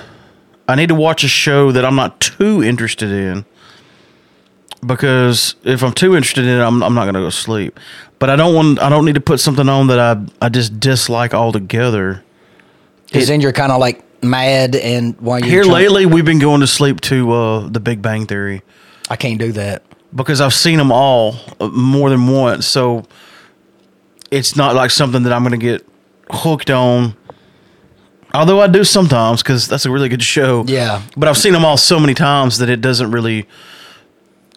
A: I need to watch a show that I'm not too interested in because if I'm too interested in it, I'm, I'm not going to go to sleep. But I don't want I don't need to put something on that I I just dislike altogether.
B: Because
A: It-
B: then you're kind of like mad, and while you're
A: Here
B: trying-
A: lately, we've been going to sleep to uh, The Big Bang Theory
B: I can't do that.
A: because I've seen them all uh, more than once. So it's not like something that I'm going to get hooked on. Although I do sometimes because that's a really good show.
B: Yeah.
A: But I've seen them all so many times that it doesn't really.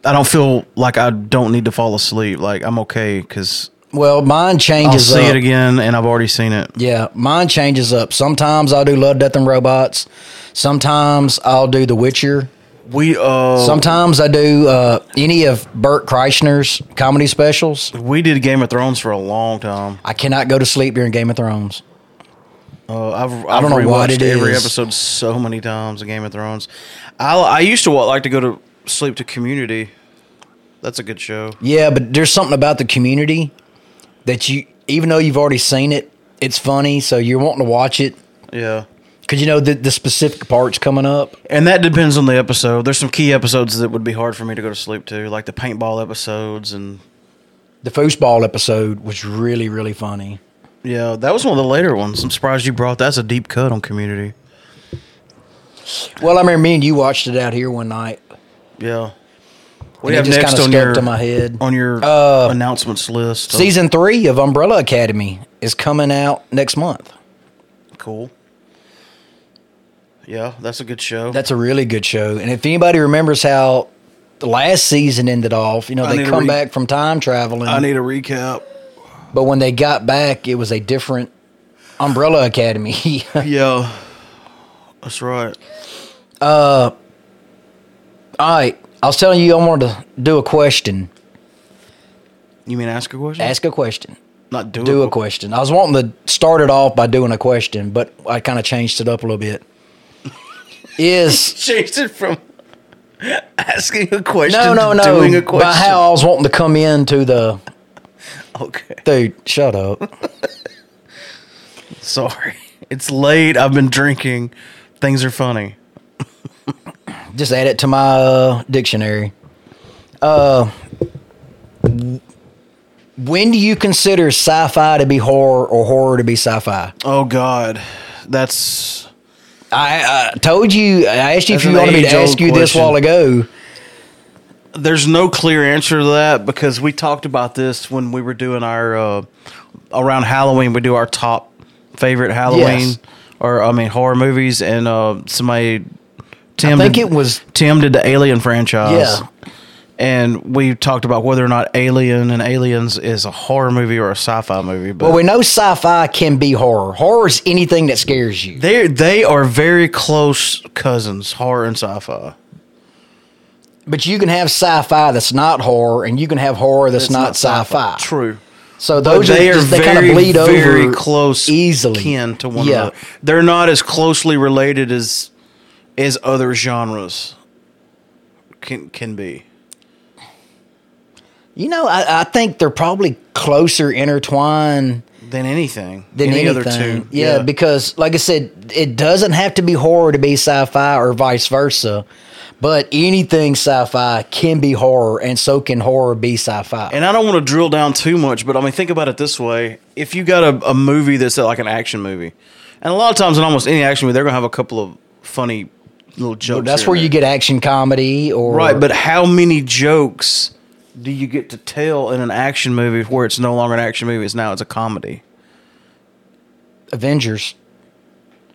A: I don't feel like I don't need to fall asleep. Like I'm okay because
B: Well, mine
A: I'll
B: changes.
A: see
B: up.
A: it again and I've already seen it.
B: Yeah, mine changes up. Sometimes I'll do Love, Death, and Robots. Sometimes I'll do The Witcher.
A: We uh
B: Sometimes I do uh, any of Burt Kreischer's comedy specials.
A: we did Game of Thrones for a long time.
B: I cannot go to sleep during Game of Thrones.
A: Uh, I've, I've I have
B: don't
A: i
B: know
A: have
B: what
A: rewatched
B: it
A: every
B: is.
A: episode so many times of Game of Thrones. I I used to wa- like to go to sleep to Community. That's a good show.
B: Yeah, but there's something about the community that you, even though you've already seen it, it's funny, so you're wanting to watch it
A: Yeah.
B: because you know the, the specific parts coming up.
A: And that depends on the episode. There's some key episodes that would be hard for me to go to sleep to, like the paintball episodes and
B: The foosball episode was really, really funny.
A: yeah, that was one of the later ones. I'm surprised you brought that's a deep cut on community.
B: Well, I remember me and you watched it out here one night.
A: Oh. Yeah. What
B: And it just kinda stuck to my head.
A: on your
B: Uh,
A: announcements list? of-
B: Season three of Umbrella Academy is coming out next month.
A: Cool. Yeah, that's a good show.
B: That's a really good show. And if anybody remembers how the last season ended off, you know,
A: I need
B: they
A: to
B: come
A: re-
B: back from time traveling.
A: I need a recap.
B: but when they got back, it was a different Umbrella Academy.
A: Yeah, that's right.
B: All right. I was telling you I wanted to do a question.
A: You mean ask a question?
B: Ask a question.
A: not do,
B: Do
A: a,
B: a question. I was wanting to start it off by doing a question, but I kind of changed it up a little bit. Is
A: Changed it from asking a question.
B: no, no,
A: to
B: no.
A: Doing a question.
B: By how I was wanting to come into the
A: Okay,
B: dude. Shut up.
A: sorry. It's late. I've been drinking. Things are funny.
B: Just add it to my uh, dictionary. Uh, when do you consider sci-fi to be horror or horror to be sci-fi?
A: Oh God, that's
B: I, I told you. I asked you
A: uh, That's
B: if you
A: an
B: wanted me to
A: age-old
B: ask you this
A: question.
B: while ago.
A: there's no clear answer to that because we talked about this when we were doing our uh, around Halloween. We do our top favorite Halloween
B: Yes.
A: or I mean horror movies, and uh, somebody Tim
B: think
A: did-
B: it was-
A: Tim did the Alien franchise.
B: Yeah.
A: And we talked about whether or not Alien and Aliens is a horror movie or a sci-fi movie, but
B: Well, we know sci-fi can be horror. Horror is anything that scares you.
A: they they are very close cousins, horror and sci-fi.
B: But you can have sci-fi that's not horror, and you can have horror that's, not, sci-fi.
A: True.
B: So
A: But
B: those
A: they are
B: just- they
A: very,
B: kind of bleed over
A: very close,
B: easily,
A: kin to one
B: Yeah.
A: another. They're not as closely related as as other genres can can be.
B: You know, I, I think they're probably closer intertwined
A: Than anything,
B: than
A: any
B: anything.
A: other two.
B: Yeah, because like I said, it doesn't have to be horror to be sci-fi or vice versa. But anything sci-fi can be horror, and so can horror be sci-fi.
A: and I don't want to drill down too much, but I mean, think about it this way: if you got a, a movie that's uh, like an action movie, and a lot of times in almost any action movie, they're gonna have a couple of funny little jokes.
B: that's
A: here
B: where
A: and
B: you
A: there.
B: get action comedy, or
A: right. But how many jokes do you get to tell in an action movie where it's no longer an action movie? It's now it's a comedy.
B: Avengers.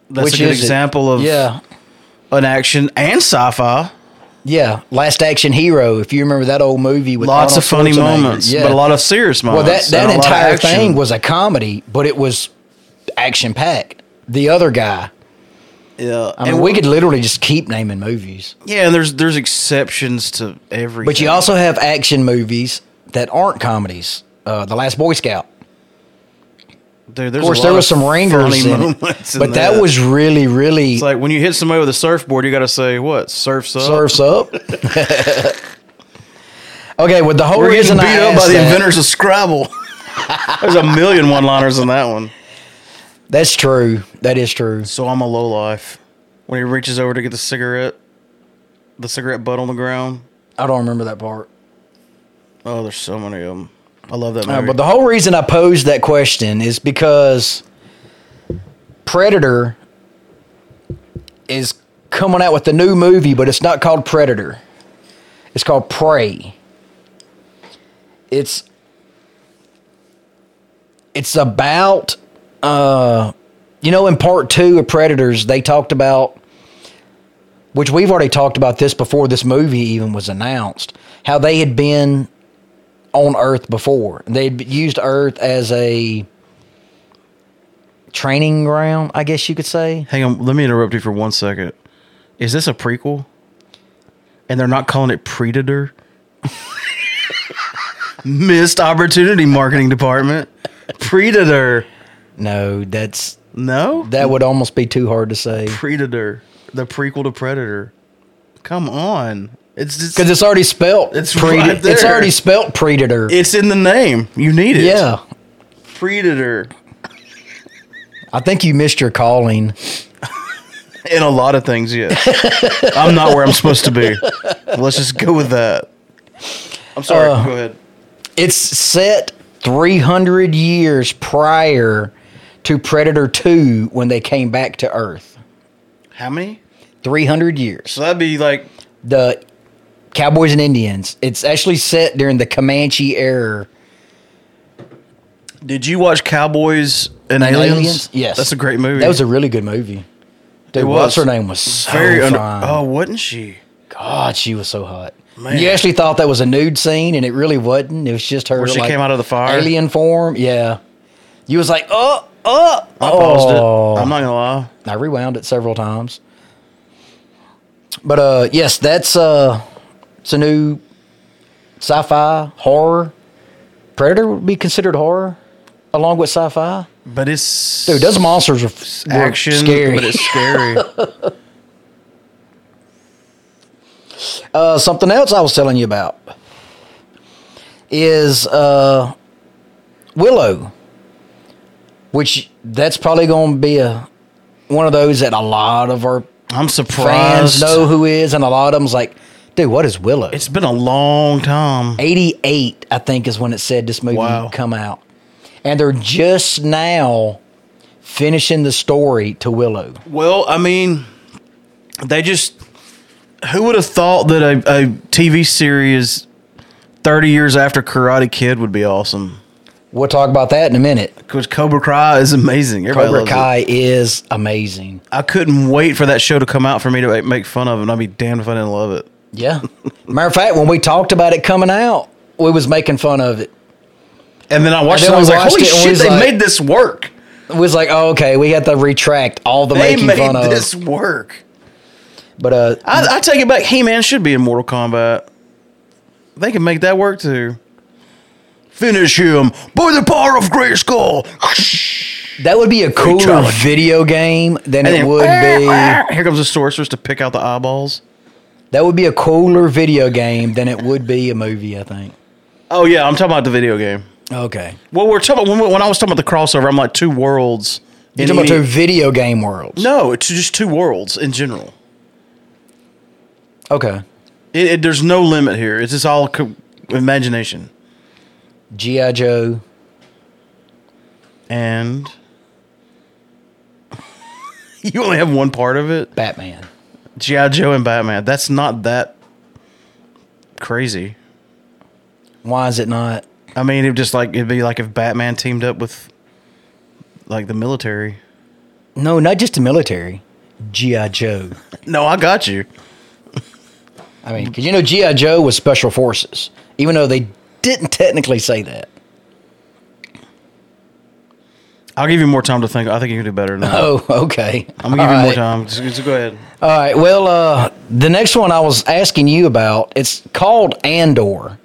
A: That's
B: which
A: a good
B: is it?
A: example of
B: yeah,
A: an action and sci-fi.
B: yeah. Last Action Hero. If you remember that old movie with
A: Lots
B: Arnold
A: of funny
B: Schwarzenegger.
A: moments,
B: yeah.
A: but a lot of serious
B: Well, that
A: moments.
B: that
A: and a lot of
B: entire
A: action.
B: thing was a comedy, but it was action packed. The other guy.
A: yeah.
B: I mean,
A: and
B: we could literally just keep naming movies.
A: yeah, and there's there's exceptions to everything.
B: But you also have action movies that aren't comedies. Uh, the Last Boy Scout.
A: Dude, there's
B: Of course,
A: a lot
B: there was some
A: funny
B: ringers in it,
A: moments in
B: but that.
A: that
B: was really, really
A: It's like when you hit somebody with a surfboard, you got to say what surfs up.
B: surfs up. okay, with the whole
A: We're getting
B: reason
A: beat
B: I
A: up
B: asked
A: by the
B: that-
A: inventors of Scrabble. there's a million one-liners in that one.
B: That's true. That is true.
A: So I'm a low life. When he reaches over to get the cigarette, the cigarette butt on the ground.
B: I don't remember that part.
A: Oh, there's so many of them. I love that
B: Uh,
A: movie.
B: but the whole reason I posed that question is because Predator is coming out with a new movie, but it's not called Predator. It's called Prey. It's it's about uh you know in part 2 of Predators they talked about which we've already talked about this before this movie even was announced how they had been on Earth before. They'd used Earth as a training ground, I guess you could say.
A: Hang on, let me interrupt you for one second. Is this a prequel? and they're not calling it Predator. Missed opportunity, marketing department. Predator.
B: No, that's
A: No?
B: that would almost be too hard to say
A: Predator. The prequel to Predator. Come on. It's just,
B: because it's already spelt.
A: It's
B: preda-
A: right
B: It's
A: there.
B: already spelt predator.
A: it's in the name. You need it.
B: yeah,
A: Predator.
B: I think you missed your calling.
A: In a lot of things, yes. I'm not where I'm supposed to be. Let's just go with that. I'm sorry.
B: Uh,
A: go ahead.
B: It's set 300 years prior to Predator 2 when they came back to Earth.
A: How many?
B: 300 years.
A: So that'd be like
B: The Cowboys and Indians. It's actually set during the Comanche era.
A: Did you watch Cowboys and,
B: And
A: Aliens?
B: Yes.
A: that's a great movie.
B: That was a really good movie. Dude,
A: It
B: what's
A: was.
B: her name was so
A: very under-
B: fine.
A: oh, wasn't she?
B: God, she was so hot.
A: Man.
B: You actually thought that was a nude scene, and it really wasn't. It was just her.
A: Where she
B: like,
A: came out of the fire?
B: alien form. Yeah, you was like, oh, oh,
A: I paused
B: oh.
A: it. I'm not gonna lie.
B: I rewound it several times. But uh yes, that's uh it's a new sci-fi horror. Predator would be considered horror along with sci-fi.
A: But it's
B: Dude, those monsters are were
A: action,
B: scary.
A: but it's scary.
B: uh, something else I was telling you about is uh, Willow, which that's probably going to be a one of those that a lot of our
A: I'm
B: fans
A: surprised.
B: know who is, and a lot of them's like, dude, what is Willow?
A: It's been a long time.
B: 88 i think is when it said this movie
A: Wow.
B: would come out and they're just now finishing the story to willow
A: Well, I mean, they just. Who would have thought that a, a TV series 30 years after Karate Kid would be awesome?
B: we'll talk about that in a minute
A: Because Cobra Kai is amazing. Everybody
B: cobra
A: loves it.
B: kai is amazing
A: I couldn't wait for that show to come out for me to like, make fun of, it, and I'd be damned if I didn't love it.
B: yeah matter of fact when we talked about it coming out we was making fun of it
A: And then I watched it,
B: And
A: and
B: then
A: I was
B: we
A: like, "Holy
B: watched it, and we
A: shit,
B: was
A: they
B: like-
A: made this work!
B: we was like oh okay we got to retract all the
A: They
B: making
A: made
B: fun of
A: this work."
B: but uh
A: I, I take it back. He Man should be in Mortal Kombat. They can make that work too. Finish him by the power of Grayskull.
B: that would be a cooler
A: challenge.
B: video game than
A: And
B: it
A: then,
B: would be
A: Here comes the sorceress to pick out the eyeballs.
B: that would be a cooler video game than it would be a movie i think
A: Oh yeah, I'm talking about the video game.
B: okay
A: Well, we're talking when, we- when I was talking about the crossover. I'm like two worlds.
B: You're
A: in
B: talking about
A: any-
B: two video game worlds.
A: No, it's just two worlds in general.
B: Okay.
A: It, it, there's no limit here. It's just all co- imagination.
B: G.I. Joe.
A: And you only have one part of it.
B: Batman.
A: GI Joe and Batman. That's not that crazy.
B: Why is it not?
A: I mean, it just like it'd be like if Batman teamed up with like the military.
B: No, not just the military. G.I. Joe.
A: No, I got you.
B: I mean, because you know, G.I. Joe was special forces, even though they didn't technically say that.
A: I'll give you more time to think. I think you can do better than that.
B: Oh, okay.
A: I'm gonna give you more time. Just, just go ahead.
B: All right. Well, uh, the next one I was asking you about, it's called Andor.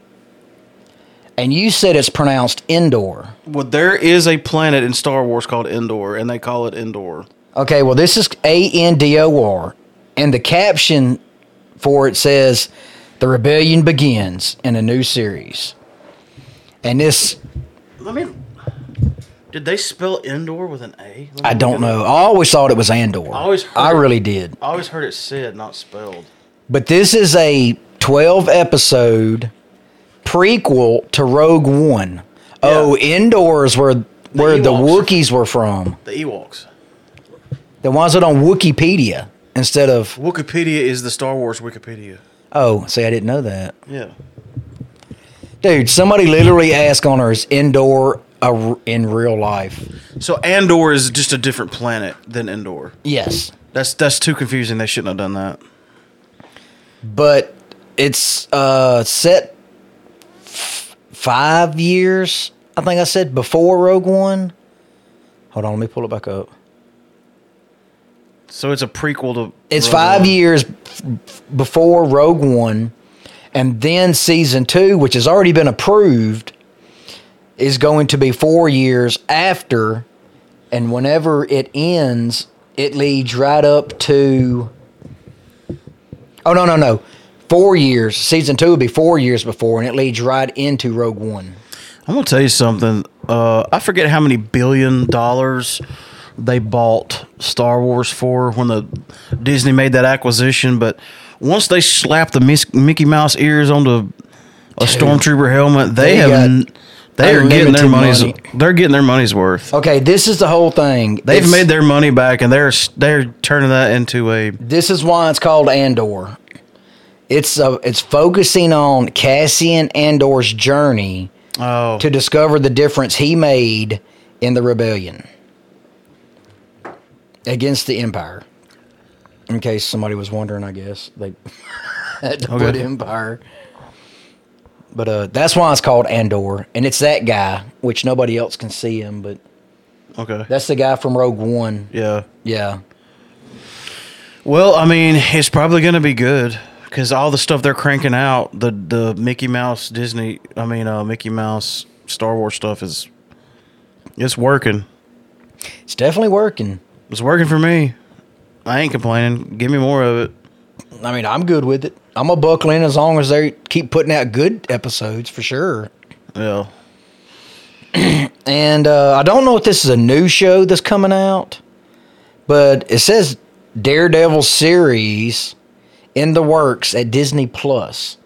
B: And you said it's pronounced Endor.
A: Well, there is a planet in Star Wars called Endor, and they call it Endor.
B: Okay, well, this is A N D O R, and the caption for it says, "The rebellion begins in a new series," and this
A: Let me. Did they spell Endor with an A? Let me
B: I
A: look it
B: don't
A: up.
B: know. I always thought it was Andor. I
A: always heard
B: I
A: it.
B: really did.
A: I always heard it said, not spelled.
B: But this is a twelve episode prequel to Rogue One. Oh, indoors where where the
A: Ewoks.
B: Wookiees were from.
A: The Ewoks.
B: The ones that on Wikipedia instead of
A: Wikipedia is the Star Wars Wikipedia.
B: oh, see, I didn't know that.
A: Yeah.
B: Dude, somebody literally asked on her is indoor a r in real life?
A: So Andor is just a different planet than Endor.
B: Yes.
A: That's that's too confusing. They shouldn't have done that.
B: But it's uh, set f- five years, I think I said, before Rogue One. Hold on, let me pull it back up.
A: So it's a prequel to.
B: It's
A: Rogue
B: five
A: One.
B: years f- before Rogue One, and then season two, which has already been approved, is going to be four years after. And whenever it ends, it leads right up to. Oh, no, no, no. Four years. Season two will be four years before, and it leads right into Rogue One.
A: I'm gonna tell you something. Uh, I forget how many billion dollars they bought Star Wars for when the Disney made that acquisition, but once they slapped the Mis- Mickey Mouse ears onto a stormtrooper helmet, they,
B: They
A: have
B: got
A: n- they are getting their
B: unlimited
A: money's
B: money.
A: they're getting their money's worth.
B: Okay, this is the whole thing.
A: They've
B: It's-
A: made their money back, and they're s- they're turning that into a
B: This is why it's called Andor. It's uh, it's focusing on Cassian Andor's journey
A: oh
B: to discover the difference he made in the rebellion against the Empire. In case somebody was wondering, I guess they had to put
A: Okay.
B: Empire. But uh, that's why it's called Andor, and it's that guy, which nobody else can see him, but
A: okay
B: that's the guy from Rogue One.
A: yeah.
B: Yeah,
A: Well, I mean, it's probably going to be good because all the stuff they're cranking out, the the Mickey Mouse Disney, I mean, uh, Mickey Mouse Star Wars stuff is it's working.
B: it's definitely working.
A: It's working for me. I ain't complaining. Give me more of it.
B: I mean, I'm good with it. I'm a buckle in as long as they keep putting out good episodes for sure.
A: Yeah.
B: And uh, I don't know if this is a new show that's coming out, but it says Daredevil series in the works at Disney Plus.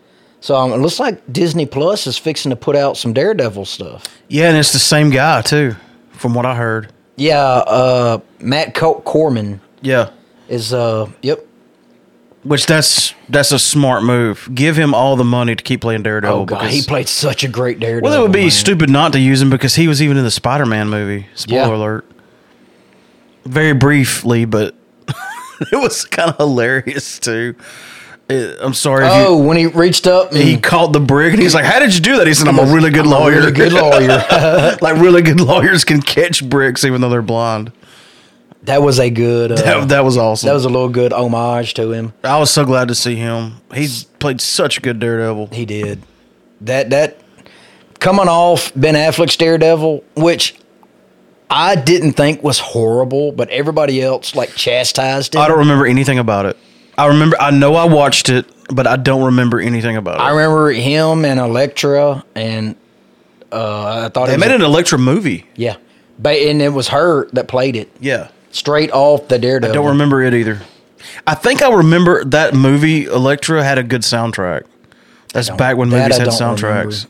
B: So um, it looks like Disney Plus is fixing to put out some Daredevil stuff.
A: Yeah, and it's the same guy too, from what I heard.
B: Yeah, uh, Matt Col- Corman
A: Yeah.
B: is. Uh, yep.
A: Which that's that's a smart move. Give him all the money to keep playing Daredevil.
B: Oh god, he
A: because-
B: played such a great Daredevil.
A: Well, it would be
B: man.
A: stupid not to use him because he was even in the Spider-Man movie. Spoiler
B: Yeah.
A: alert. Very briefly, but it was kind of hilarious too. It- I'm sorry. if
B: Oh, when he reached up, and
A: you, he caught the brick and he's like, "How did you do that?" He said, "I'm a really good lawyer.
B: Really good lawyer.
A: like really good lawyers can catch bricks even though they're blind."
B: That was a good. Uh,
A: That,
B: that,
A: that was awesome.
B: was a little good homage to him.
A: I was so glad to see him. He's played such a good Daredevil.
B: He did that. That coming off Ben Affleck's Daredevil, which I didn't think was horrible, but everybody else like chastised it.
A: I don't remember anything about it. I remember. I know I watched it, but I don't remember anything about it.
B: I remember him and Elektra, and uh, I thought
A: they
B: it was
A: made
B: a-
A: an Electra movie.
B: yeah, but and it was her that played it
A: Yeah.
B: straight off the Daredevil.
A: Don't remember it either. I think I remember that movie Electra had a good soundtrack. That's
B: don't-
A: back when
B: that
A: movies
B: I
A: had
B: don't
A: soundtracks.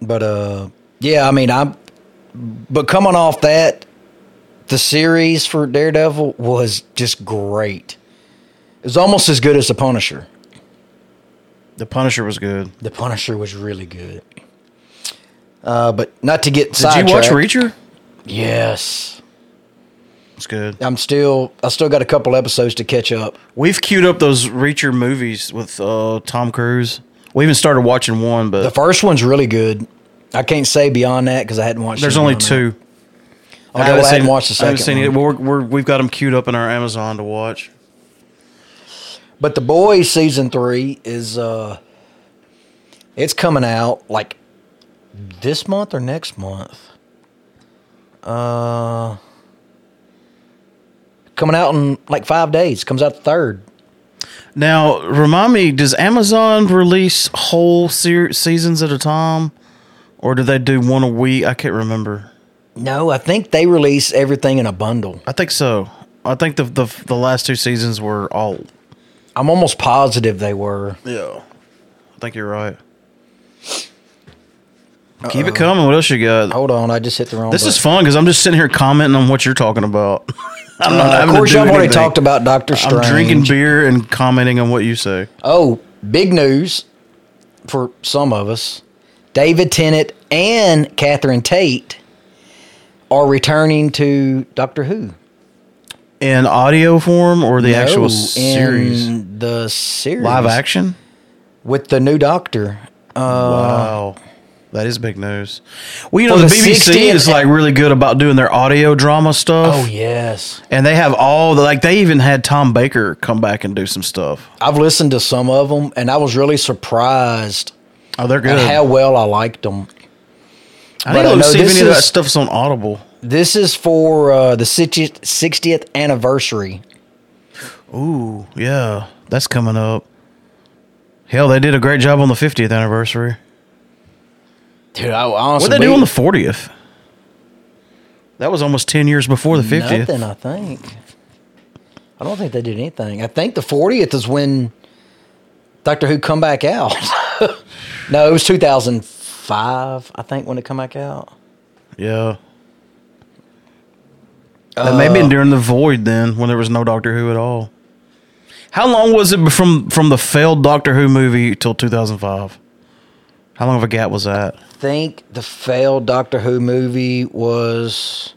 B: But uh, yeah, I mean, I'm. But coming off that, the series for Daredevil was just great. It was almost as good as the Punisher.
A: The Punisher was good.
B: The Punisher was really good. Uh, but not to get
A: Did you watch Reacher?
B: Yes,
A: It's good.
B: I'm still. I still got a couple episodes to catch up.
A: We've queued up those Reacher movies with uh, Tom Cruise. We even started watching one,
B: The
A: but
B: first one's really good. I can't say beyond that because I hadn't watched.
A: there's
B: it
A: only
B: beyond
A: two.
B: that. I, haven't watched the
A: I
B: second.
A: haven't seen
B: one.
A: it. We're, we're, we've got them queued up in our Amazon to watch.
B: But the boys season three is uh it's coming out like this month or next month. Uh coming out in like five days. Comes out the third.
A: Now, remind me, does Amazon release whole ser- seasons at a time, or do they do one a week? I can't remember.
B: No, I think they release everything in a bundle.
A: I think so. I think the the, the last two seasons were all.
B: I'm almost positive they were.
A: Yeah, I think you're right. Keep it coming. What else you got?
B: Hold on, I just hit the wrong
A: this
B: button.
A: is fun because I'm just sitting here commenting on what you're talking about. I'm not.
B: Uh,
A: having
B: of course,
A: to do
B: y'all already
A: anything.
B: talked about Doctor
A: I'm
B: Strange.
A: drinking beer and commenting on what you say.
B: Oh, big news for some of us. David Tennant and Catherine Tate are returning to Doctor Who.
A: In audio form or the
B: No,
A: actual
B: in
A: series,
B: The series.
A: live action.
B: With the new Doctor. Uh,
A: Wow. Oh, That is big news. Well, you know
B: For
A: the,
B: the
A: BBC
B: 60
A: is like really good about doing their audio drama stuff.
B: Oh yes,
A: And they have all the like they even had Tom Baker come back and do some stuff.
B: I've listened to some of them, and I was really surprised
A: Oh, they're good.
B: at how well I liked them.
A: I need to
B: but I
A: look
B: know
A: see if
B: this
A: any of that
B: is-
A: stuff's on Audible.
B: This is for uh, the 60th 60th anniversary.
A: Ooh, yeah, that's coming up. Hell, they did a great job on the 50th anniversary.
B: Dude, I honestly
A: What did they do
B: we-
A: on the 40th? That was almost 10 years before the 50th.
B: Nothing, I think. I don't think they did anything. I think the 40th is when Doctor Who come back out. no, it was 2005, I think, when it come back out.
A: Yeah. That may have been during the void then, when there was no Doctor Who at all. How long was it from from the failed Doctor Who movie till 2005? How long of a gap was that?
B: I think the failed Doctor Who movie was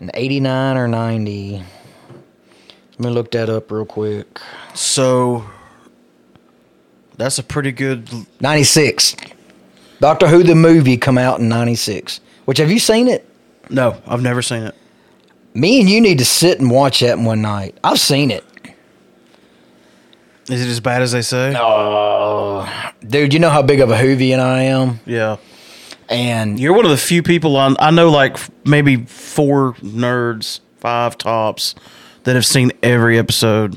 B: an 89 or 90. Let me look that up real quick.
A: So that's a pretty good
B: 96. Doctor Who the movie come out in 96. Which have you seen it?
A: No, I've never seen it.
B: Me and you need to sit and watch that one night. I've seen it.
A: Is it as bad as they say?
B: Oh, dude, you know how big of a Hoovian I am,
A: Yeah.
B: and
A: You're one of the few people on I know like f- maybe four nerds, five tops that have seen every episode.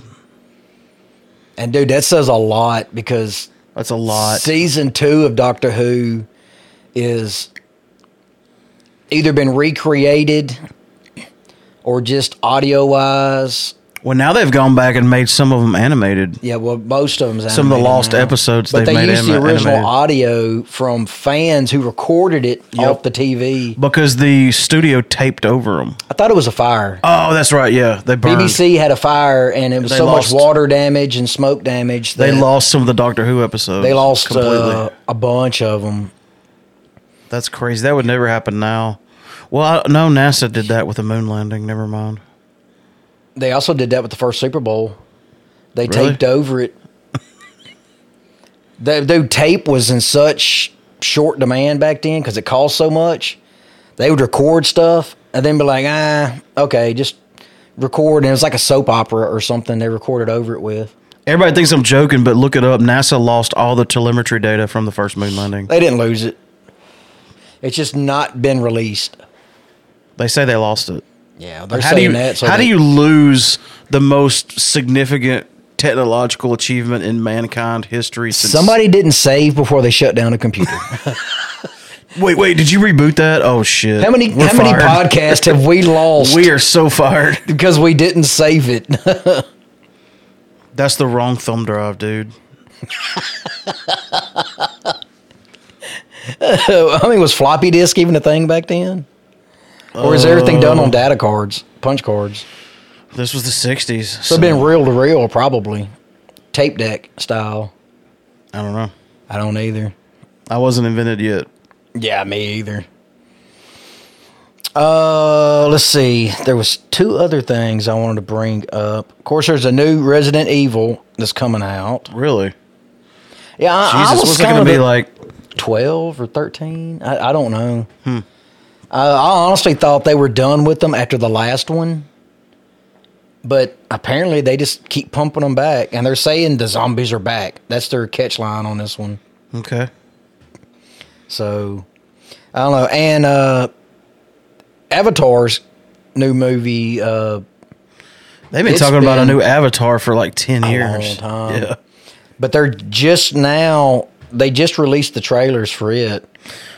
B: and dude, that says a lot because
A: That's a lot.
B: season two of Doctor Who is either been recreated or just audio wise.
A: Well, now they've gone back and made some of them animated.
B: Yeah, well, most of them.
A: Some of the lost episodes they've
B: but they
A: made
B: used the
A: anima-
B: original
A: animated.
B: audio from fans who recorded it
A: Yep.
B: off the TV.
A: Because the studio taped over them.
B: I thought it was a fire.
A: Oh, that's right. Yeah, they burned.
B: BBC had a fire, and it was
A: They
B: so
A: lost-
B: much water damage and smoke damage.
A: They
B: that-
A: lost some of the Doctor Who episodes.
B: They lost uh, a bunch of them.
A: that's crazy. That would never happen now. Well, I, no, NASA did that with the moon landing. Never mind.
B: They also did that with the first Super Bowl. They
A: Really?
B: taped over it. the, dude, tape was in such short demand back then because it cost so much. They would record stuff and then be like, ah, okay, just record. And it was like a soap opera or something they recorded over it with.
A: Everybody thinks I'm joking, but look it up. NASA lost all the telemetry data from the first moon landing.
B: They didn't lose it. It's just not been released.
A: They say they lost it.
B: Yeah, they're
A: How
B: saying
A: do you
B: that. So
A: how
B: they-
A: do you lose the most significant technological achievement in mankind history? Since
B: Somebody didn't save before they shut down a computer.
A: wait, wait, did you reboot that? Oh shit!
B: How many
A: We're
B: how many
A: fired.
B: podcasts have we lost
A: We are so fired.
B: because we didn't save it?
A: That's the wrong thumb drive, dude.
B: I mean, was floppy disk even a thing back then? Or is everything done
A: Uh,
B: on data cards, punch cards?
A: This was the '60s.
B: So it's been reel to reel, probably tape deck style.
A: I don't know.
B: I don't either.
A: I wasn't invented yet.
B: Yeah, me either. Uh, let's see. There was two other things I wanted to bring up. Of course, there's a new Resident Evil that's coming out.
A: Really?
B: Yeah, I, I
A: Jesus,
B: was
A: what's it
B: kind
A: gonna
B: of
A: be
B: a-
A: like?
B: 12 or 13 i, I don't know uh, i honestly thought they were done with them after the last one but apparently they just keep pumping them back and they're saying the zombies are back that's their catch line on this one
A: Okay.
B: so i don't know and uh avatar's new movie uh
A: They've been
B: It's
A: talking about a
B: been
A: new Avatar for like ten
B: long
A: years.
B: time.
A: Yeah.
B: but they're just now they just released the trailers for it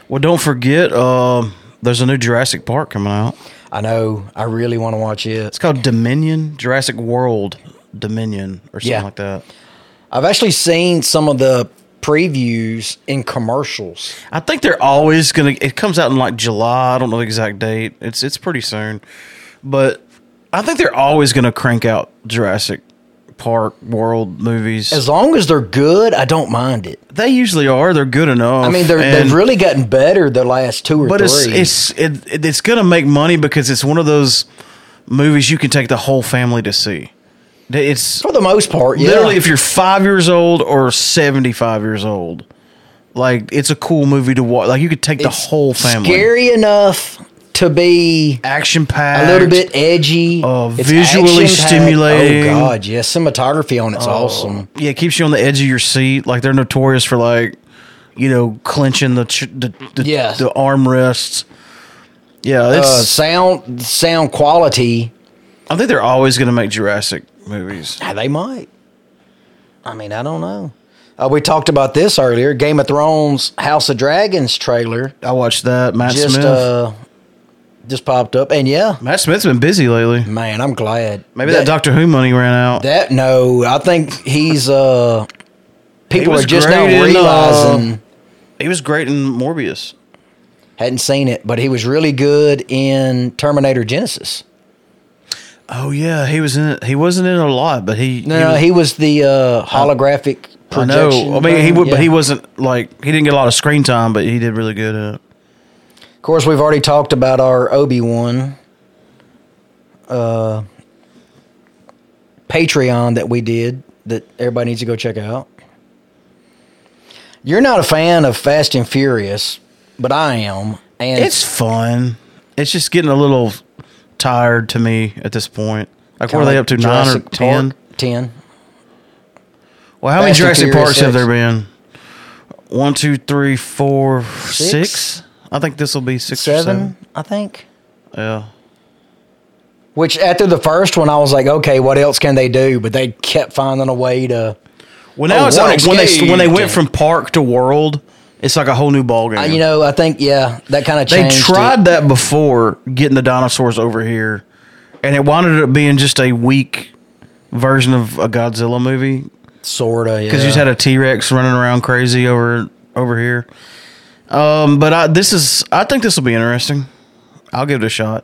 A: Well, don't forget, um, there's a new Jurassic Park coming out.
B: i know i really want to watch it
A: It's called Dominion, Jurassic World Dominion, or something
B: Yeah.
A: like that.
B: I've actually seen some of the previews in commercials.
A: I think they're always gonna. It comes out in like July. I don't know the exact date. It's it's pretty soon, but I think they're always gonna crank out Jurassic Park World movies.
B: As long as they're good, I don't mind it.
A: they usually are. They're good enough.
B: I mean, they're,
A: and-
B: they've really gotten better the last two or
A: But
B: three.
A: it's it's it, it's gonna make money because it's one of those movies you can take the whole family to see. It's
B: for the most part, Oh, yeah.
A: Literally, if you're five years old or 75 years old, Like it's a cool movie to watch. Like you could take the whole family.
B: Scary enough to be
A: Action packed.
B: a little bit edgy.
A: Uh,
B: It's
A: visually
B: action-packed.
A: stimulating. Oh,
B: Oh god, yeah, cinematography on it's awesome.
A: Yeah, it keeps you on the edge of your seat. Like they're notorious for like, you know, clenching the ch- the the,
B: Yes.
A: the armrests. Yeah, it's.
B: Uh, sound sound quality.
A: I think they're always going to make Jurassic movies.
B: Ah, They might. I mean, I don't know. Uh, we talked about this earlier. Game of Thrones, House of Dragons trailer
A: I watched that. Matt
B: just
A: Smith.
B: uh just popped up, and yeah,
A: Matt Smith's been busy lately.
B: man, I'm glad.
A: Maybe that, Doctor Who money ran out.
B: That no, I think he's uh people
A: was
B: are just now
A: great in, uh,
B: realizing
A: he was great in Morbius.
B: hadn't seen it, but he was really good in Terminator Genesis.
A: Oh yeah, he was in it. He wasn't in it a lot, but he.
B: No, no,
A: was,
B: he was the uh holographic
A: I
B: projection.
A: know. I mean, he
B: thing,
A: would, but
B: yeah.
A: he wasn't like he didn't get a lot of screen time, but he did really good. At it.
B: Of course, we've already talked about our Obi Wan uh, Patreon that we did that everybody needs to go check out. You're not a fan of Fast and Furious, but I am, and
A: It's fun. It's just getting a little tired to me at this point. Like, what are they up to? nine or
B: Jurassic
A: ten?
B: Park, ten.
A: Well, how many
B: Fast
A: Jurassic
B: and Furious
A: Parks have
B: six.
A: there been? One, two, three, four, six.
B: Six?
A: I think this will be six or
B: seven,
A: seven.
B: I think.
A: Yeah.
B: Which after the first one, I was like, okay, what else can they do? But they kept finding a way to.
A: Well, now
B: Oh,
A: it's
B: one
A: like when they when they went
B: escaped.
A: from park to world, it's like a whole new ballgame.
B: I- Uh, You know, I think yeah, that kind of
A: they
B: changed. it.
A: tried that before getting the dinosaurs over here, and it wound up being just a weak version of a Godzilla movie
B: sorta
A: because you just had a T Rex running around crazy over over here. Um, but I this is I think this will be interesting. I'll give it a shot.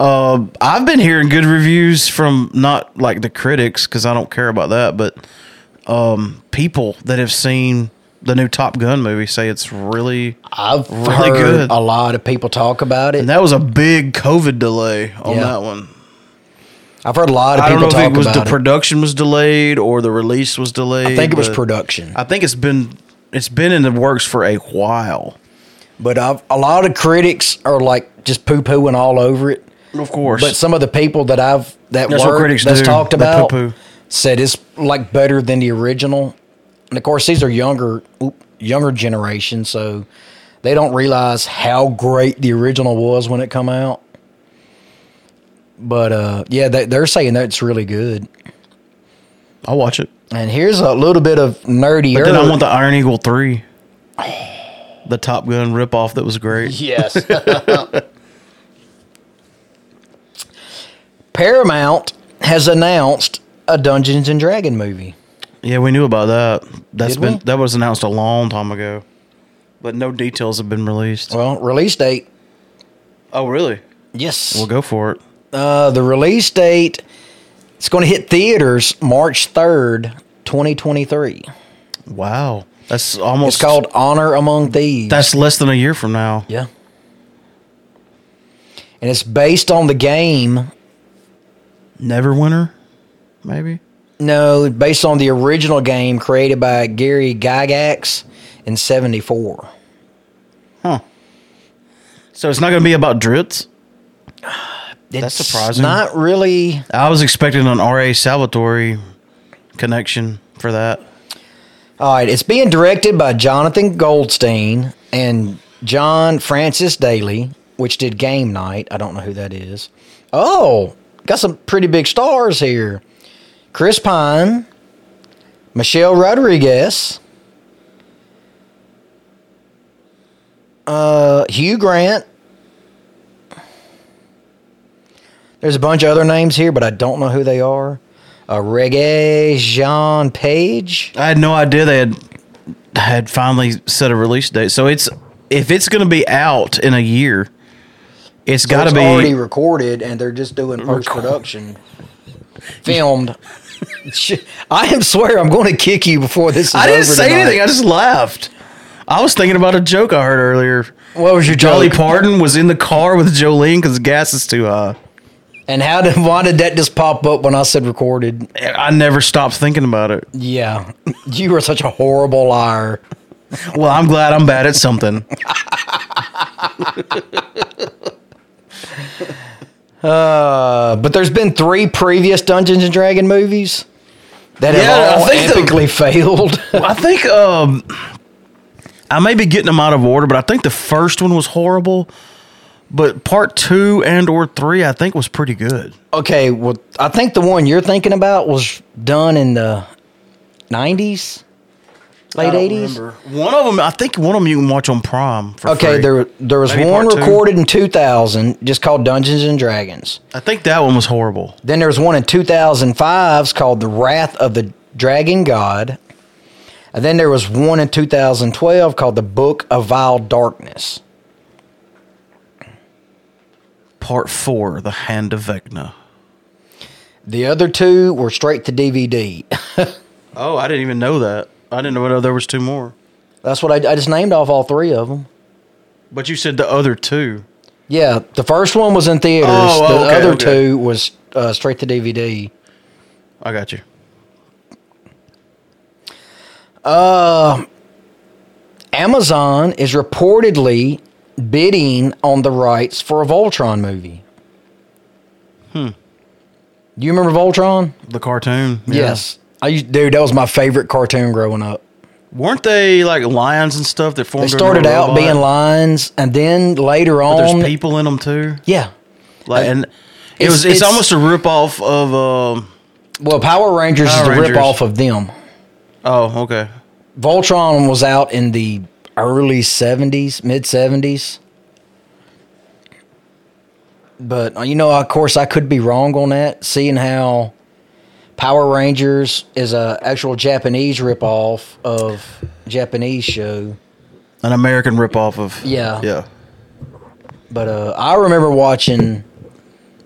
A: Uh, I've been hearing good reviews from not like the critics because I don't care about that, but um, people that have seen the new Top Gun movie say it's really
B: I've
A: Really
B: heard
A: good.
B: a lot of people talk about it.
A: and that was a big COVID delay on
B: Yeah.
A: that one.
B: I've heard a lot of
A: I don't
B: people
A: know if
B: talk
A: it was the
B: about it.
A: production was delayed or the release was delayed.
B: I think it was
A: but
B: production,
A: I think it's been it's been in the works for a while.
B: but I've, a lot of critics are like just poo pooing all over it.
A: Of course.
B: But some of the people that I've that
A: That's what
B: work
A: critics
B: that's
A: do.
B: talked
A: They
B: about
A: poo-poo.
B: said it's like better than the original. And of course, these are younger oop, younger generation, so they don't realize how great the original was when it come out. But uh, yeah, they, they're saying that it's really good.
A: I'll watch it.
B: And here's a little bit of nerdy.
A: Then I want the Iron Eagle 3. The Top Gun ripoff that was great.
B: Yes. Paramount has announced a Dungeons and Dragon movie.
A: Yeah, we knew about that. That's
B: Did
A: been
B: we?
A: that was announced a long time ago. But no details have been released.
B: Well, release date.
A: Oh, really?
B: Yes.
A: We'll go for it.
B: Uh, the release date. It's going to hit theaters March third, twenty twenty three.
A: Wow. That's
B: It's
A: almost
B: called Honor Among Thieves.
A: That's less than a year from now.
B: yeah. And it's based on the game.
A: Neverwinter, maybe.
B: No, based on the original game created by Gary Gygax in seventy four.
A: So it's not going to be about Dritz.
B: That's
A: surprising.
B: Not really.
A: I was expecting an R.A. Salvatore connection for that.
B: All right. It's being directed by Jonathan Goldstein and John Francis Daly, which did Game Night. I don't know who that is. Oh, got some pretty big stars here Chris Pine, Michelle Rodriguez, uh, Hugh Grant. There's a bunch of other names here, but I don't know who they are. Uh, Reggae Jean Page.
A: I had no idea they had had finally set a release date. So it's if it's going to be out in a year, it's
B: So
A: got to
B: it's
A: be
B: already recorded, and they're just doing post production, filmed. Sh- I am swear I'm going to kick you before this. Is
A: I didn't
B: over
A: say
B: tonight.
A: anything. I just laughed. I was thinking about a joke I heard earlier.
B: What was your
A: Jolly
B: joke?
A: Pardon was in the car with Jolene because gas is too high.
B: And how did why did that just pop up when I said recorded?
A: And I never stopped thinking about it.
B: Yeah, you are such a horrible liar.
A: Well, I'm glad I'm bad at something.
B: Uh, but there's been three previous Dungeons and Dragon movies that
A: Yeah,
B: have
A: I
B: all
A: think the-
B: epically failed.
A: I think um, I may be getting them out of order, but I think the first one was horrible. But part two and or three, I think, was pretty good.
B: okay, well, I think the one you're thinking about was done in the 90s, late 80s.
A: One of them, I think, one of them you can watch on Prime. For
B: Okay,
A: free.
B: there there was
A: Maybe
B: one
A: part two.
B: recorded in 2000, just called Dungeons and Dragons.
A: I think that one was horrible.
B: Then there was one in 2005 's called The Wrath of the Dragon God. And then there was one in 2012 called The Book of Vile Darkness.
A: Part four, The Hand of Vecna.
B: The other two were straight to DVD.
A: Oh, I didn't even know that. I didn't know there was two more.
B: That's what I, I just named off all three of them.
A: But you said the other two.
B: Yeah, the first one was in theaters.
A: Oh,
B: the
A: okay,
B: other
A: okay.
B: two was uh, straight to DVD.
A: I got you.
B: Amazon is reportedly bidding on the rights for a Voltron movie. Hmm. Do you remember Voltron?
A: The cartoon. Yeah.
B: Yes. I used, dude, that was my favorite cartoon growing up.
A: Weren't they like lions and stuff that formed?
B: They
A: into a
B: started out
A: robot?
B: being lions, and then later
A: But
B: on,
A: There's people in them too.
B: yeah.
A: Like, and it
B: It's-
A: was it's,
B: it's-
A: almost a rip off of. Um,
B: Well, Power Rangers
A: Power
B: is the
A: Rangers.
B: rip off of them.
A: oh, okay.
B: Voltron was out in the early 70s, mid 70s. But, uh, you know, of course, I could be wrong on that, seeing how Power Rangers is a actual Japanese ripoff of Japanese show.
A: An American rip off of.
B: Yeah.
A: Yeah.
B: But uh, I remember watching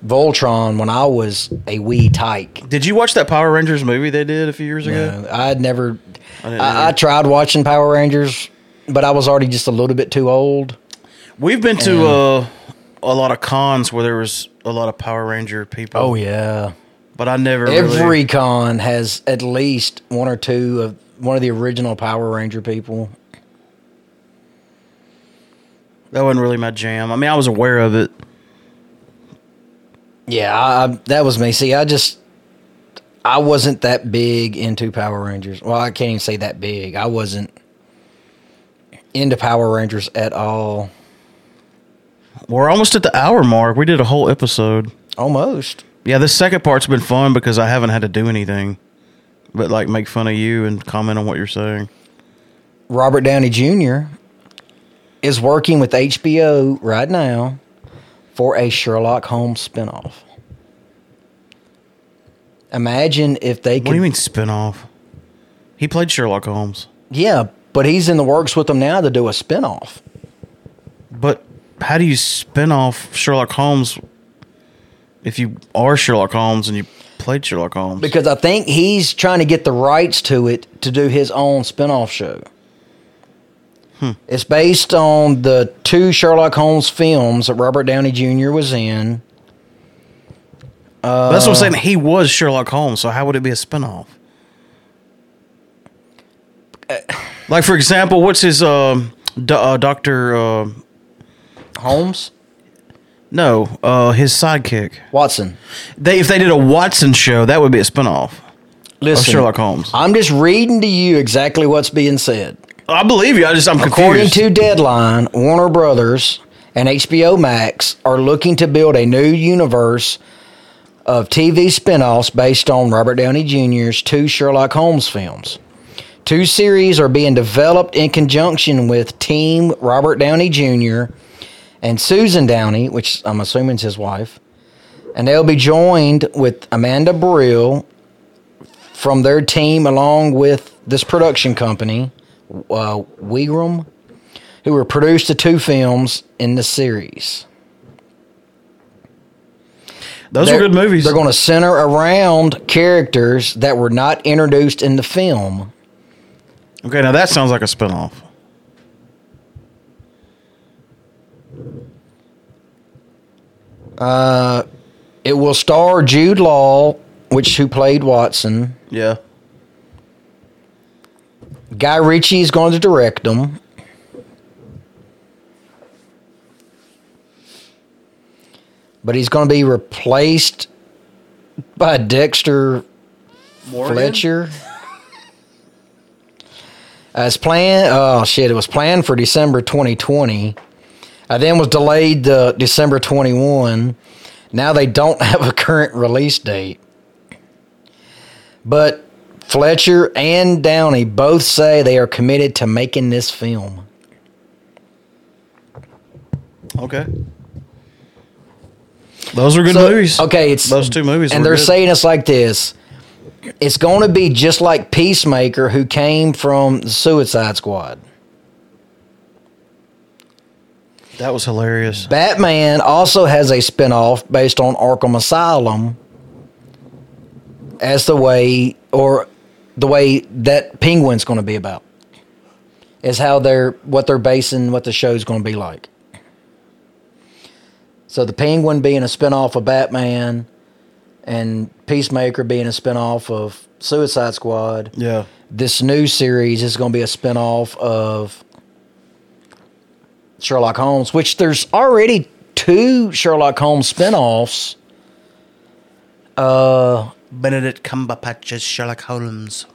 B: Voltron when I was a wee tyke.
A: Did you watch that Power Rangers movie they did a few years
B: You
A: ago?
B: know, I had never,
A: didn't
B: I, I
A: either.
B: tried watching Power Rangers, but I was already just a little bit too old.
A: We've been to uh, a lot of cons where there was a lot of Power Ranger people.
B: Oh, yeah.
A: But I never
B: Every
A: really,
B: con has at least one or two of one of the original Power Ranger people.
A: that wasn't really my jam. I mean, I was aware of it.
B: Yeah, I, I, that was me. See, I just I wasn't that big into Power Rangers. Well, I can't even say that big. I wasn't into Power Rangers at all.
A: We're almost at the hour mark. We did a whole episode.
B: Almost.
A: Yeah, this second part's been fun because I haven't had to do anything but like make fun of you and comment on what you're saying.
B: Robert Downey Jr. is working with HBO right now for a Sherlock Holmes spinoff. Imagine if they could
A: What do you mean spinoff? He played Sherlock Holmes,
B: Yeah, but he's in the works with them now to do a spinoff.
A: but how do you spin off Sherlock Holmes if you are Sherlock Holmes and you played Sherlock Holmes?
B: Because I think he's trying to get the rights to it to do his own spinoff show.
A: Hmm.
B: It's based on the two Sherlock Holmes films that Robert Downey Jr. was in.
A: That's what
B: uh,
A: I'm saying. He was Sherlock Holmes, so how would it be a spinoff?
B: Uh,
A: Like for example, what's his um, do, uh, Doctor? Uh,
B: Holmes?
A: no, uh, his sidekick.
B: Watson.
A: They if they did a Watson show, that would be a spinoff.
B: Listen.
A: Sherlock Holmes.
B: I'm just reading to you exactly what's being said.
A: I believe you. I just I'm
B: According
A: confused.
B: to Deadline, Warner Brothers and HBO Max are looking to build a new universe of TV spinoffs based on Robert Downey Jr.'s two Sherlock Holmes films. Two series are being developed in conjunction with Team Robert Downey Jr. and Susan Downey, which I'm assuming is his wife, and they'll be joined with Amanda Brill from their team along with this production company, uh, Wigram, who were produced the two films in the series.
A: Those
B: They're-
A: are good movies.
B: They're going to center around characters that were not introduced in the film.
A: okay, now that sounds like a spinoff.
B: It will star Jude Law, which who played Watson,
A: Yeah.
B: Guy Ritchie is going to direct them. But he's going to be replaced by Dexter Fletcher. As planned, oh shit, it was planned for December 2020. I then was delayed to December 21. Now they don't have a current release date. But Fletcher and Downey both say they are committed to making this film.
A: Okay. Those are good
B: So-
A: movies.
B: Okay, it's
A: Those two movies
B: and
A: were
B: they're
A: good.
B: saying it's like this. It's going to be just like Peacemaker, who came from the Suicide Squad.
A: That was hilarious.
B: Batman also has a spinoff based on Arkham Asylum as the way or the way that Penguin's going to be about is how they're what they're basing what the show's going to be like. So the Penguin being a spinoff of Batman and Peacemaker being a spinoff of Suicide Squad
A: Yeah.
B: this new series is going to be a spinoff of Sherlock Holmes, which there's already two Sherlock Holmes spinoffs. Uh,
A: Benedict Cumberbatch's Sherlock Holmes.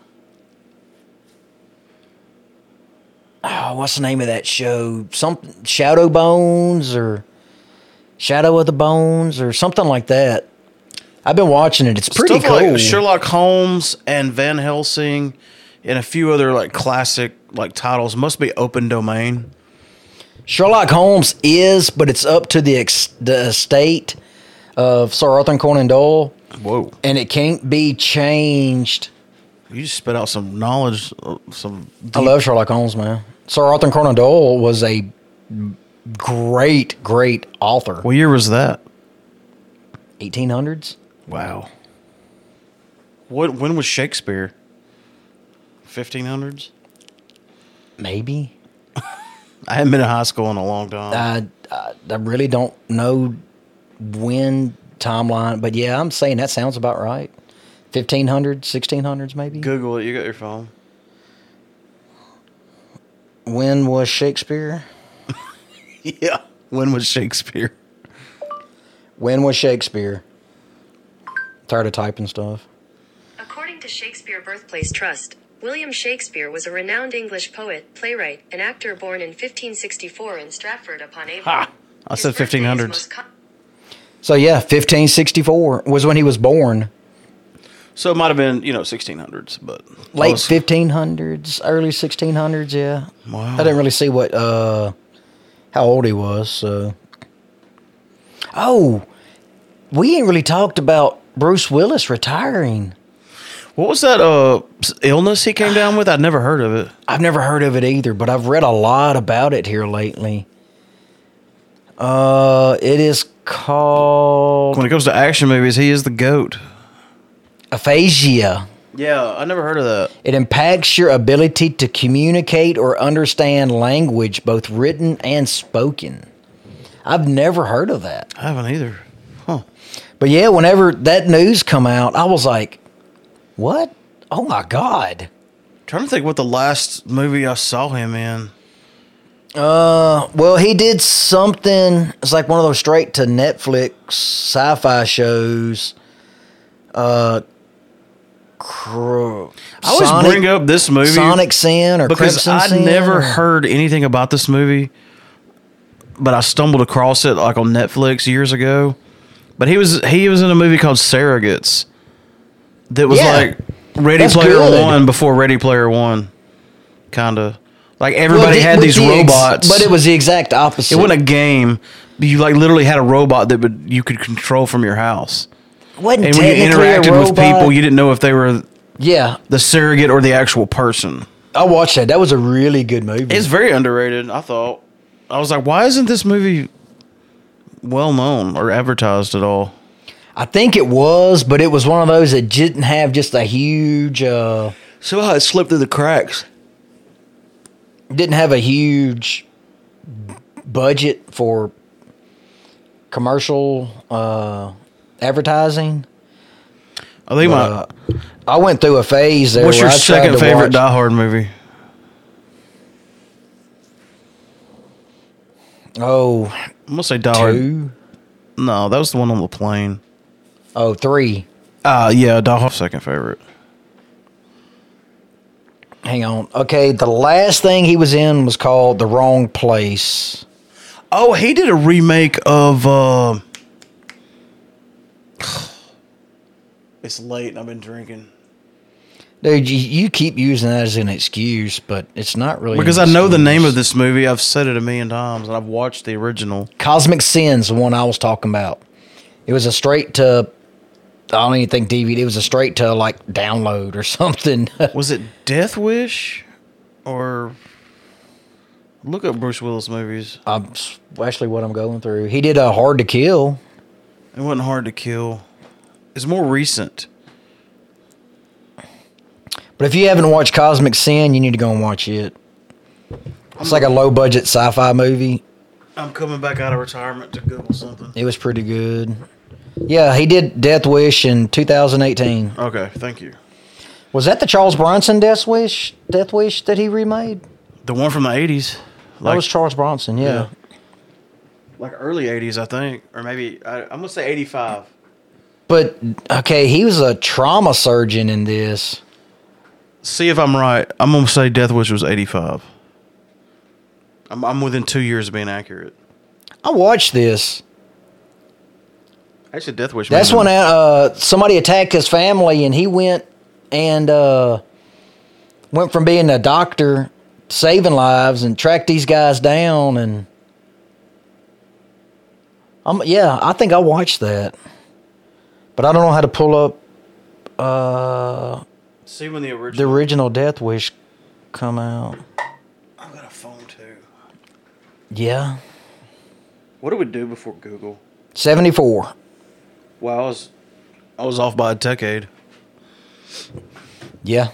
B: oh, what's the name of that show? Something Shadow Bones or Shadow of the Bones or something like that. I've been watching it. It's pretty
A: Stuff
B: cool.
A: like Sherlock Holmes and Van Helsing and a few other like classic like titles must be open domain.
B: Sherlock Holmes is, but it's up to the ex- the estate of Sir Arthur Conan Doyle.
A: Whoa.
B: and it can't be changed.
A: You just spit out some knowledge uh, some
B: I love Sherlock Holmes, man. Sir Arthur Conan Doyle was a great, great author.
A: What year was that?
B: 1800s?
A: Wow. What when was Shakespeare? 1500s?
B: Maybe.
A: I haven't been in high school in a long time.
B: I, I, I really don't know when timeline, but yeah, I'm saying that sounds about right. 1500s, 1600s, maybe?
A: Google it. You got your phone.
B: When was Shakespeare?
A: Yeah. When was Shakespeare?
B: When was Shakespeare? Tired of typing stuff.
C: According to Shakespeare Birthplace Trust, William Shakespeare was a renowned English poet, playwright, and actor born in 1564 in Stratford upon Avon.
A: I said
C: His birthday is
A: 1500s.
C: most co-
B: So yeah, 1564 was when he was born.
A: So it might have been, you know, 1600s, but I
B: late
A: was-
B: fifteen hundreds, early sixteen hundreds. Yeah,
A: Wow.
B: I didn't really see what uh how old he was. So, oh, we ain't really talked about Bruce Willis retiring.
A: What was that uh s- illness he came down with? I'd never heard of it.
B: I've never heard of it either, but I've read a lot about it here lately. Uh, it is called
A: When it comes to action movies, he is the goat.
B: aphasia.
A: Yeah, I never heard of that.
B: It impacts your ability to communicate or understand language, both written and spoken. I've never heard of that.
A: I haven't either. Huh.
B: But yeah, whenever that news come out, I was like, "What? Oh my god!"
A: trying to think what the last movie I saw him in.
B: Uh, well, he did something. It's like one of those straight to Netflix sci-fi shows. Uh, cr-
A: I always
B: Sonic-
A: bring up this movie
B: Sonic Sin or
A: because
B: Crimson
A: I
B: Sin
A: never
B: or-
A: heard anything about this movie, but I stumbled across it like on Netflix years ago. But he was he was in a movie called Surrogates that was
B: Yeah.
A: like Ready
B: That's
A: Player
B: good.
A: One before Ready Player One, kind of like everybody
B: Well,
A: had
B: with
A: these
B: the ex-
A: robots,
B: but it was the exact opposite.
A: it wasn't a game. but You like literally had a robot that would you could control from your house,
B: wasn't
A: and when you
B: technically a
A: interacted with
B: robot.
A: people, you didn't know if they were
B: yeah,
A: the surrogate or the actual person.
B: I watched that. That was a really good movie.
A: It's very underrated. I thought. I was like, why isn't this movie well known or advertised at all?
B: I think it was, but it was one of those that didn't have just a huge, uh,
A: Somehow it slipped through the cracks.
B: didn't have a huge budget for commercial uh, advertising.
A: I think
B: Uh, I went through a phase
A: my.
B: there.
A: What's
B: where
A: your
B: I tried
A: second
B: to
A: favorite
B: watch-
A: Die Hard movie?
B: Oh,
A: I'm gonna say Dollar.
B: two.
A: No, that was the one on the plane.
B: Oh, three.
A: Uh yeah, Dollar second favorite.
B: Hang on. Okay, the last thing he was in was called The Wrong Place.
A: Oh, he did a remake of. Uh, it's late and I've been drinking
B: Dude, you, you keep using that as an excuse, but it's not really. an
A: because I know the
B: excuse.
A: name of this movie. I've said it a million times and I've watched the original.
B: Cosmic Sins, the one I was talking about. It was a straight to. I don't even think DVD. It was a straight to like download or something.
A: Was it Death Wish or? Look up Bruce Willis movies.
B: I'm s- actually what I'm going through. He did a Hard to Kill.
A: It wasn't hard to kill. It's more recent.
B: But if you haven't watched Cosmic Sin, you need to go and watch it. It's like a low budget sci fi movie.
A: I'm coming back out of retirement to Google something.
B: It was pretty good. Yeah, he did Death Wish in 2018.
A: Okay, thank you.
B: Was that the Charles Bronson Death Wish? Death Wish that he remade?
A: The one from the 80s.
B: that was Charles Bronson. Yeah.
A: Like early 80s, I think. Or maybe, I, I'm going to say 85.
B: But okay, he was a trauma surgeon in this.
A: See if I'm right. I'm going to say Death Wish was 85. I'm, I'm within two years of being accurate.
B: I watched this.
A: Actually, Death Wish.
B: That's when uh, somebody attacked his family, and he went and uh, went from being a doctor saving lives and tracked these guys down. And um, yeah, I think I watched that, but I don't know how to pull up uh,
A: See when the
B: the
A: original.
B: original Death Wish come out.
A: I've got a phone too.
B: Yeah,
A: What do we do before Google?
B: seventy four.
A: Wow, I was, I was off by a decade.
B: Yeah,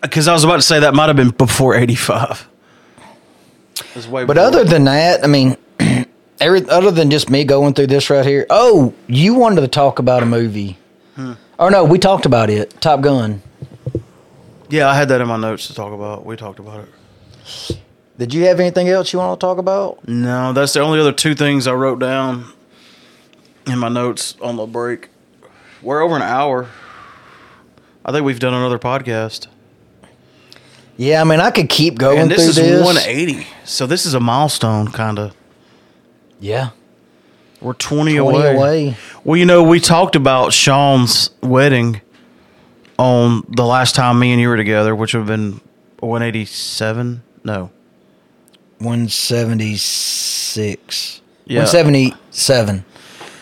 A: Because I was about to say that might have been before 85. That's way
B: But
A: before.
B: other than that, I mean, every, other than just me going through this right here. Oh, you wanted to talk about a movie? Oh no, we talked about it. Top Gun.
A: Yeah, I had that in my notes to talk about. We talked about it.
B: Did you have anything else you want to talk about?
A: No, that's the only other two things I wrote down in my notes on the break. We're over an hour. I think we've done another podcast.
B: Yeah, I mean, I could keep going
A: And this
B: through
A: is
B: this.
A: 180. So this is a milestone, kind of.
B: Yeah,
A: We're 20,
B: 20
A: away.
B: away.
A: Well, you know, we talked about Sean's wedding on the last time me and you were together, which would have been 187. No.
B: one seventy six.
A: Yeah.
B: One seventy seven.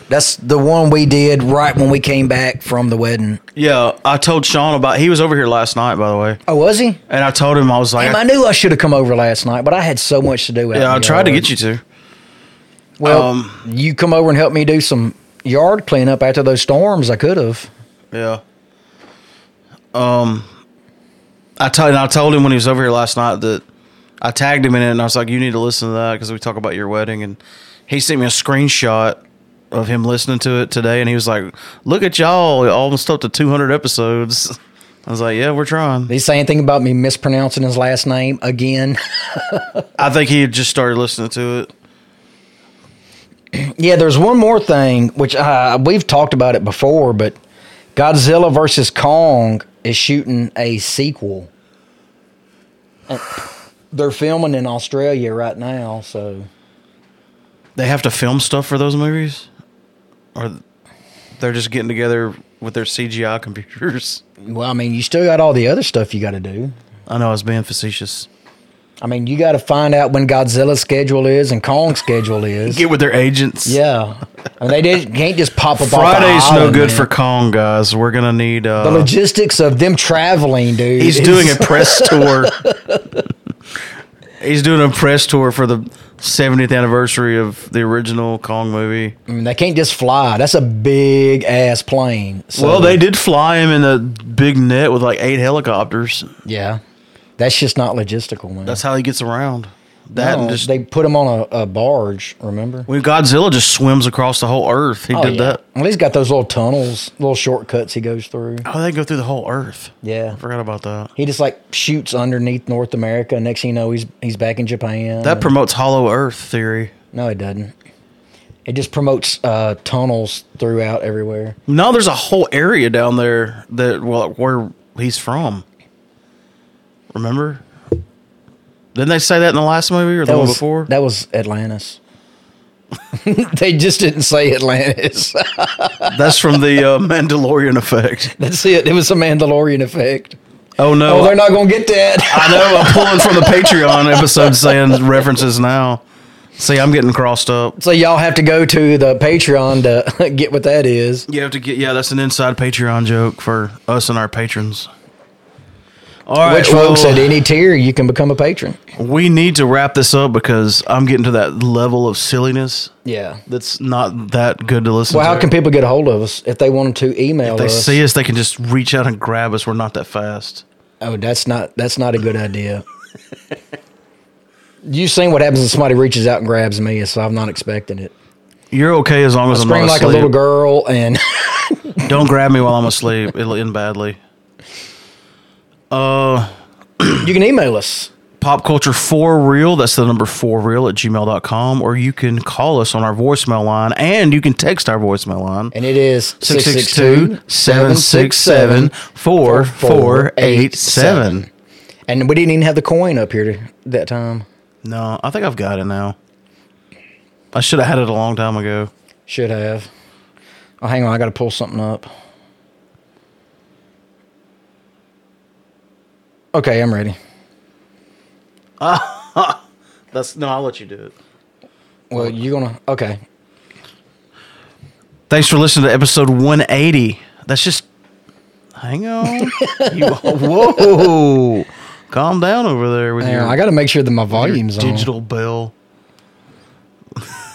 B: That's the one we did right when we came back from the wedding.
A: Yeah, I told Sean about he was over here last night, by the way.
B: Oh, was he?
A: And I told him I was like
B: Damn, I knew I should have come over last night, but I had so much to do. out in
A: Yeah, I
B: the
A: tried to
B: yard.
A: get you to.
B: Well,
A: Um,
B: you come over and help me do some yard cleanup after those storms. I could have.
A: Yeah. Um, I told and I told him when he was over here last night that I tagged him in it, and I was like, "You need to listen to that because we talk about your wedding." And he sent me a screenshot of him listening to it today, and he was like, "Look at y'all, almost up to 200 episodes." I was like, "Yeah, we're trying."
B: He's saying thing about me mispronouncing his last name again.
A: I think he had just started listening to it.
B: yeah, there's one more thing which uh, we've talked about it before, but Godzilla versus Kong is shooting a sequel. Uh, They're filming in Australia right now, so
A: They have to film stuff for those movies, or they're just getting together with their CGI computers.
B: well, I mean, you still got all the other stuff you got to do.
A: I know I was being facetious.
B: I mean, you got to find out when Godzilla's schedule is and Kong's schedule is.
A: Get with their agents.
B: Yeah, I mean, they did, can't just pop up. off the
A: Friday's no
B: island,
A: good
B: man.
A: for Kong, guys. We're gonna need. Uh,
B: the logistics of them traveling, dude.
A: he's
B: is-
A: doing a press tour. he's doing a press tour for the 70th anniversary of the original Kong movie.
B: I mean, they can't just fly. That's a big ass plane. So,
A: Well, they did fly him in a big net with like eight helicopters.
B: Yeah, that's just not logistical, man.
A: That's how he gets around. That and
B: No,
A: just
B: they put him on a, a barge. Remember?
A: when Godzilla just swims across the whole Earth, he
B: Oh,
A: did
B: yeah.
A: that.
B: Well, he's got those little tunnels, little shortcuts he goes through.
A: Oh, they go through the whole Earth.
B: Yeah.
A: I forgot about that.
B: He just like shoots underneath North America. Next thing you know, he's he's back in Japan.
A: That promotes hollow Earth theory.
B: no, it doesn't. It just promotes uh, tunnels throughout everywhere.
A: No, there's a whole area down there that well, where he's from. Remember? Didn't they say that in the last movie or the
B: That
A: one
B: was
A: before?
B: that was Atlantis. they just didn't say Atlantis.
A: That's from the uh, Mandalorian effect.
B: That's it. It was a Mandalorian effect.
A: Oh no!
B: Oh, they're not gonna get that.
A: I know. I'm pulling from the Patreon episode saying references now. See, I'm getting crossed up.
B: so y'all have to go to the Patreon to get what that is.
A: You have to get yeah. That's an inside Patreon joke for us and our patrons. All right,
B: Which folks
A: well,
B: at any tier you can become a patron.
A: we need to wrap this up because I'm getting to that level of silliness
B: Yeah.
A: that's not that good to listen
B: Well,
A: to.
B: how can people get a hold of us if they wanted to email
A: if they
B: us?
A: see us, they can just reach out and grab us. We're not that fast.
B: Oh, that's not that's not a good idea. You've seen what happens when somebody reaches out and grabs me, so I'm not expecting it.
A: You're okay as long as I'm not
B: Spring like a
A: asleep.
B: little girl, and
A: Don't grab me while I'm asleep. It'll end badly.
B: you can email us.
A: pop culture for real that's the number for real at gmail.com or you can call us on our voicemail line and you can text our voicemail line
B: And it is
A: 662-767-4487
B: And we didn't even have the coin up here to, that time.
A: no i think i've got it now i should have had it a long time ago
B: Should have. Oh, hang on, I got to pull something up. Okay, I'm ready.
A: that's no i'll let you do it
B: Well, you're gonna okay.
A: thanks for listening to episode 180 that's just hang on you, whoa calm down over there with
B: Hang
A: your,
B: on, I got to make sure that my
A: your
B: volume's on.
A: digital bell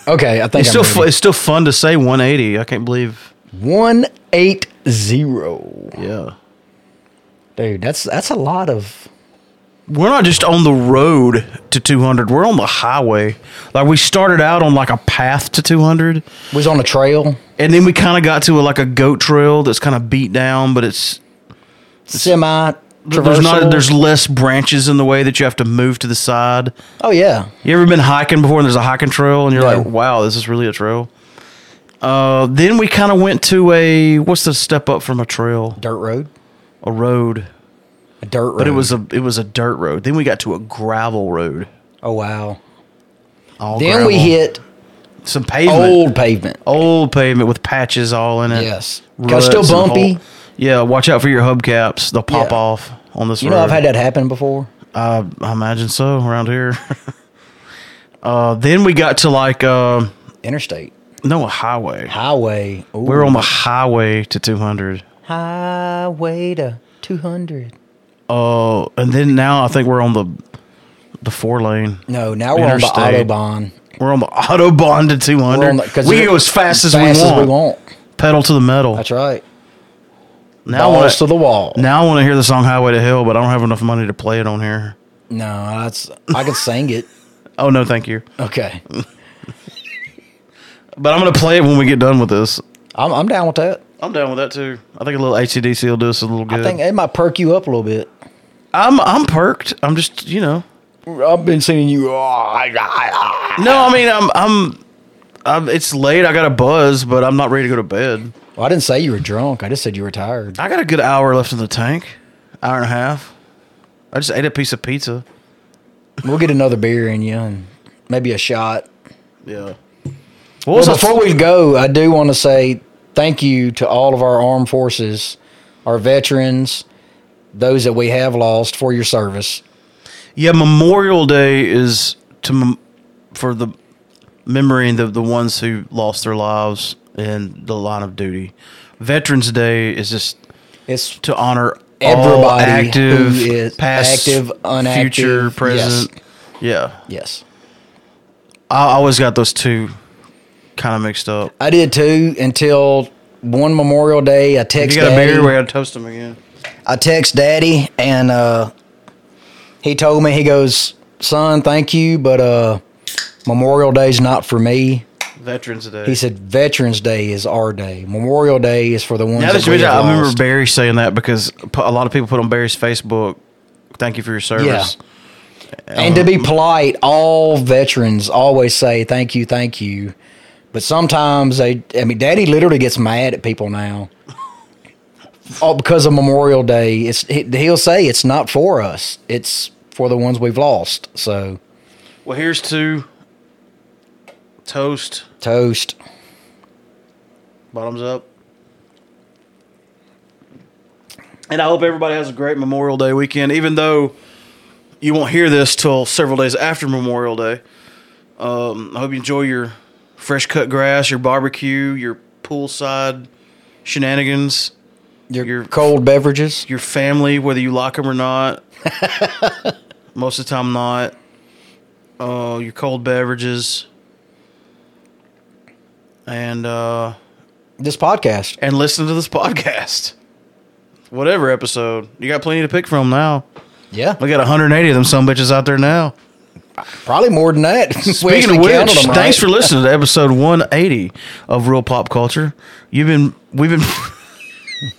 B: Okay, I think
A: It's still
B: I'm ready.
A: fu- it's still fun to say 180. I can't believe.
B: One eight zero,
A: Yeah,
B: dude. That's that's a lot of.
A: we're not just on the road to 200. We're on the highway. Like we started out on like a path to 200,
B: Was on a trail,
A: and then we kind of got to a, like a goat trail that's kind of beat down, but it's
B: semi.
A: there's not there's less branches in the way that you have to move to the side.
B: oh yeah,
A: You ever been hiking before and there's a hiking trail and you're
B: No.
A: like, wow, this is really a trail. Uh, then we kind of went to a what's the step up from a trail?
B: dirt road,
A: A road.
B: a dirt road.
A: But it was a it was a dirt road. Then we got to a gravel road.
B: oh wow.
A: All
B: Then
A: gravel.
B: we hit
A: some pavement, old,
B: old pavement.
A: pavement with patches all in it.
B: Yes.
A: Ruts
B: Kinda still
A: and whole-
B: bumpy.
A: yeah, watch out for your hubcaps; they'll pop
B: Yeah.
A: off on this
B: You
A: road.
B: know I've had that happen before.
A: I, I imagine so around here. uh, then we got to like uh,
B: Interstate
A: no a highway.
B: highway. Ooh.
A: We were on the highway to two hundred.
B: highway to two hundred.
A: Uh, and then now I think we're on the the four lane.
B: No, now we're on the
A: Interstate.
B: autobahn.
A: We're on the autobahn to two
B: We're on
A: hundred.
B: the- 'cause
A: We
B: it-
A: go as fast as
B: fast
A: we want.
B: As we want.
A: Pedal to the metal.
B: That's right.
A: Now I, wanna,
B: Balls to the wall.
A: now I want to hear the song Highway to Hell, but I don't have enough money to play it on here.
B: No, that's I could sing it.
A: Oh, no, thank you.
B: Okay,
A: But I'm going to play it when we get done with this.
B: I'm I'm down with that.
A: I'm down with that too. I think a little ACDC will do us a little good.
B: I think it might perk you up a little bit.
A: I'm I'm perked. I'm just you know.
B: I've been seeing you. "Ah,
A: No, I mean I'm I'm, I'm it's late. I got a buzz, but I'm not ready to go to bed.
B: Well, I didn't say you were drunk. I just said you were tired.
A: I got a good hour left in the tank, hour and a half. I just ate a piece of pizza.
B: We'll get another beer in you and maybe a shot.
A: Yeah. What was
B: well,
A: I-
B: before we go, I do want to say thank you to all of our armed forces, our veterans, those that we have lost for your service.
A: Yeah, Memorial Day is to mem- for the memory and the the ones who lost their lives in the line of duty. Veterans Day is just
B: It's
A: to honor all
B: Everybody
A: active,
B: who is
A: past,
B: active, unactive,
A: future,
B: yes.
A: present. Yeah,
B: yes,
A: I always got those two kind of mixed up.
B: I did too until one Memorial Day. I texted.
A: You got a beer?
B: Daddy.
A: We got to toast them again.
B: I text Daddy, and uh, he told me he goes, son, thank you, but uh, Memorial Day's not for me.
A: Veterans Day.
B: He said Veterans Day is our day. Memorial Day is for the ones
A: Now
B: that
A: that you
B: we
A: mention, it,
B: have
A: I remember
B: lost.
A: Barry saying that because p- a lot of people put on Barry's Facebook, "Thank you for your service."
B: and to
A: uh-huh.
B: be polite, all veterans always say thank you, thank you. But sometimes they, I mean, Daddy literally gets mad at people now. All because of Memorial Day, it's he- he'll say it's not for us; it's for the ones we've lost. So
A: Well, here's to toast.
B: toast.
A: Bottoms up. And I hope everybody has a great Memorial Day weekend, even though you won't hear this till several days after Memorial Day. Um, I hope you enjoy your fresh cut grass, your barbecue, your poolside shenanigans,
B: Your,
A: Your-
B: cold beverages.
A: your family, whether you like them or not. Most of the time, not. Uh, your cold beverages. And, uh,
B: This podcast.
A: and listen to this podcast. Whatever episode. You got plenty to pick from now.
B: Yeah,
A: We got 180 of them some bitches out there now.
B: probably more than that. We
A: Speaking
B: actually
A: of which,
B: counted 'em, right?
A: thanks for listening to episode 180 of Real Pop Culture. You've been we've been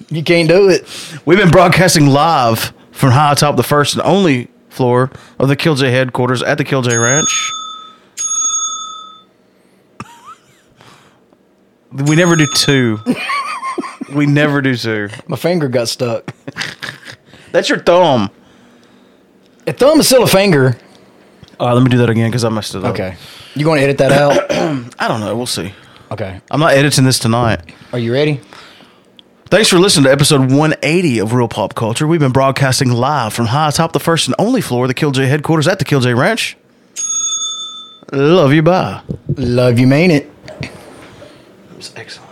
B: you can't do it.
A: we've been broadcasting live from high atop the first and only floor of the Kill J headquarters at the Kill J Ranch. We never do two. we never do two.
B: My finger got stuck.
A: That's your thumb.
B: A thumb is still a finger.
A: All right, let me do that again because I messed it up.
B: Okay, you going to edit that out?
A: I don't know. We'll see.
B: okay.
A: I'm not editing this tonight.
B: Are you ready?
A: Thanks for listening to episode 180 of Real Pop Culture. We've been broadcasting live from high atop the first and only floor of the Kill J headquarters at the Kill J Ranch. Love you. Bye.
B: Love you, mean it.
A: It was excellent.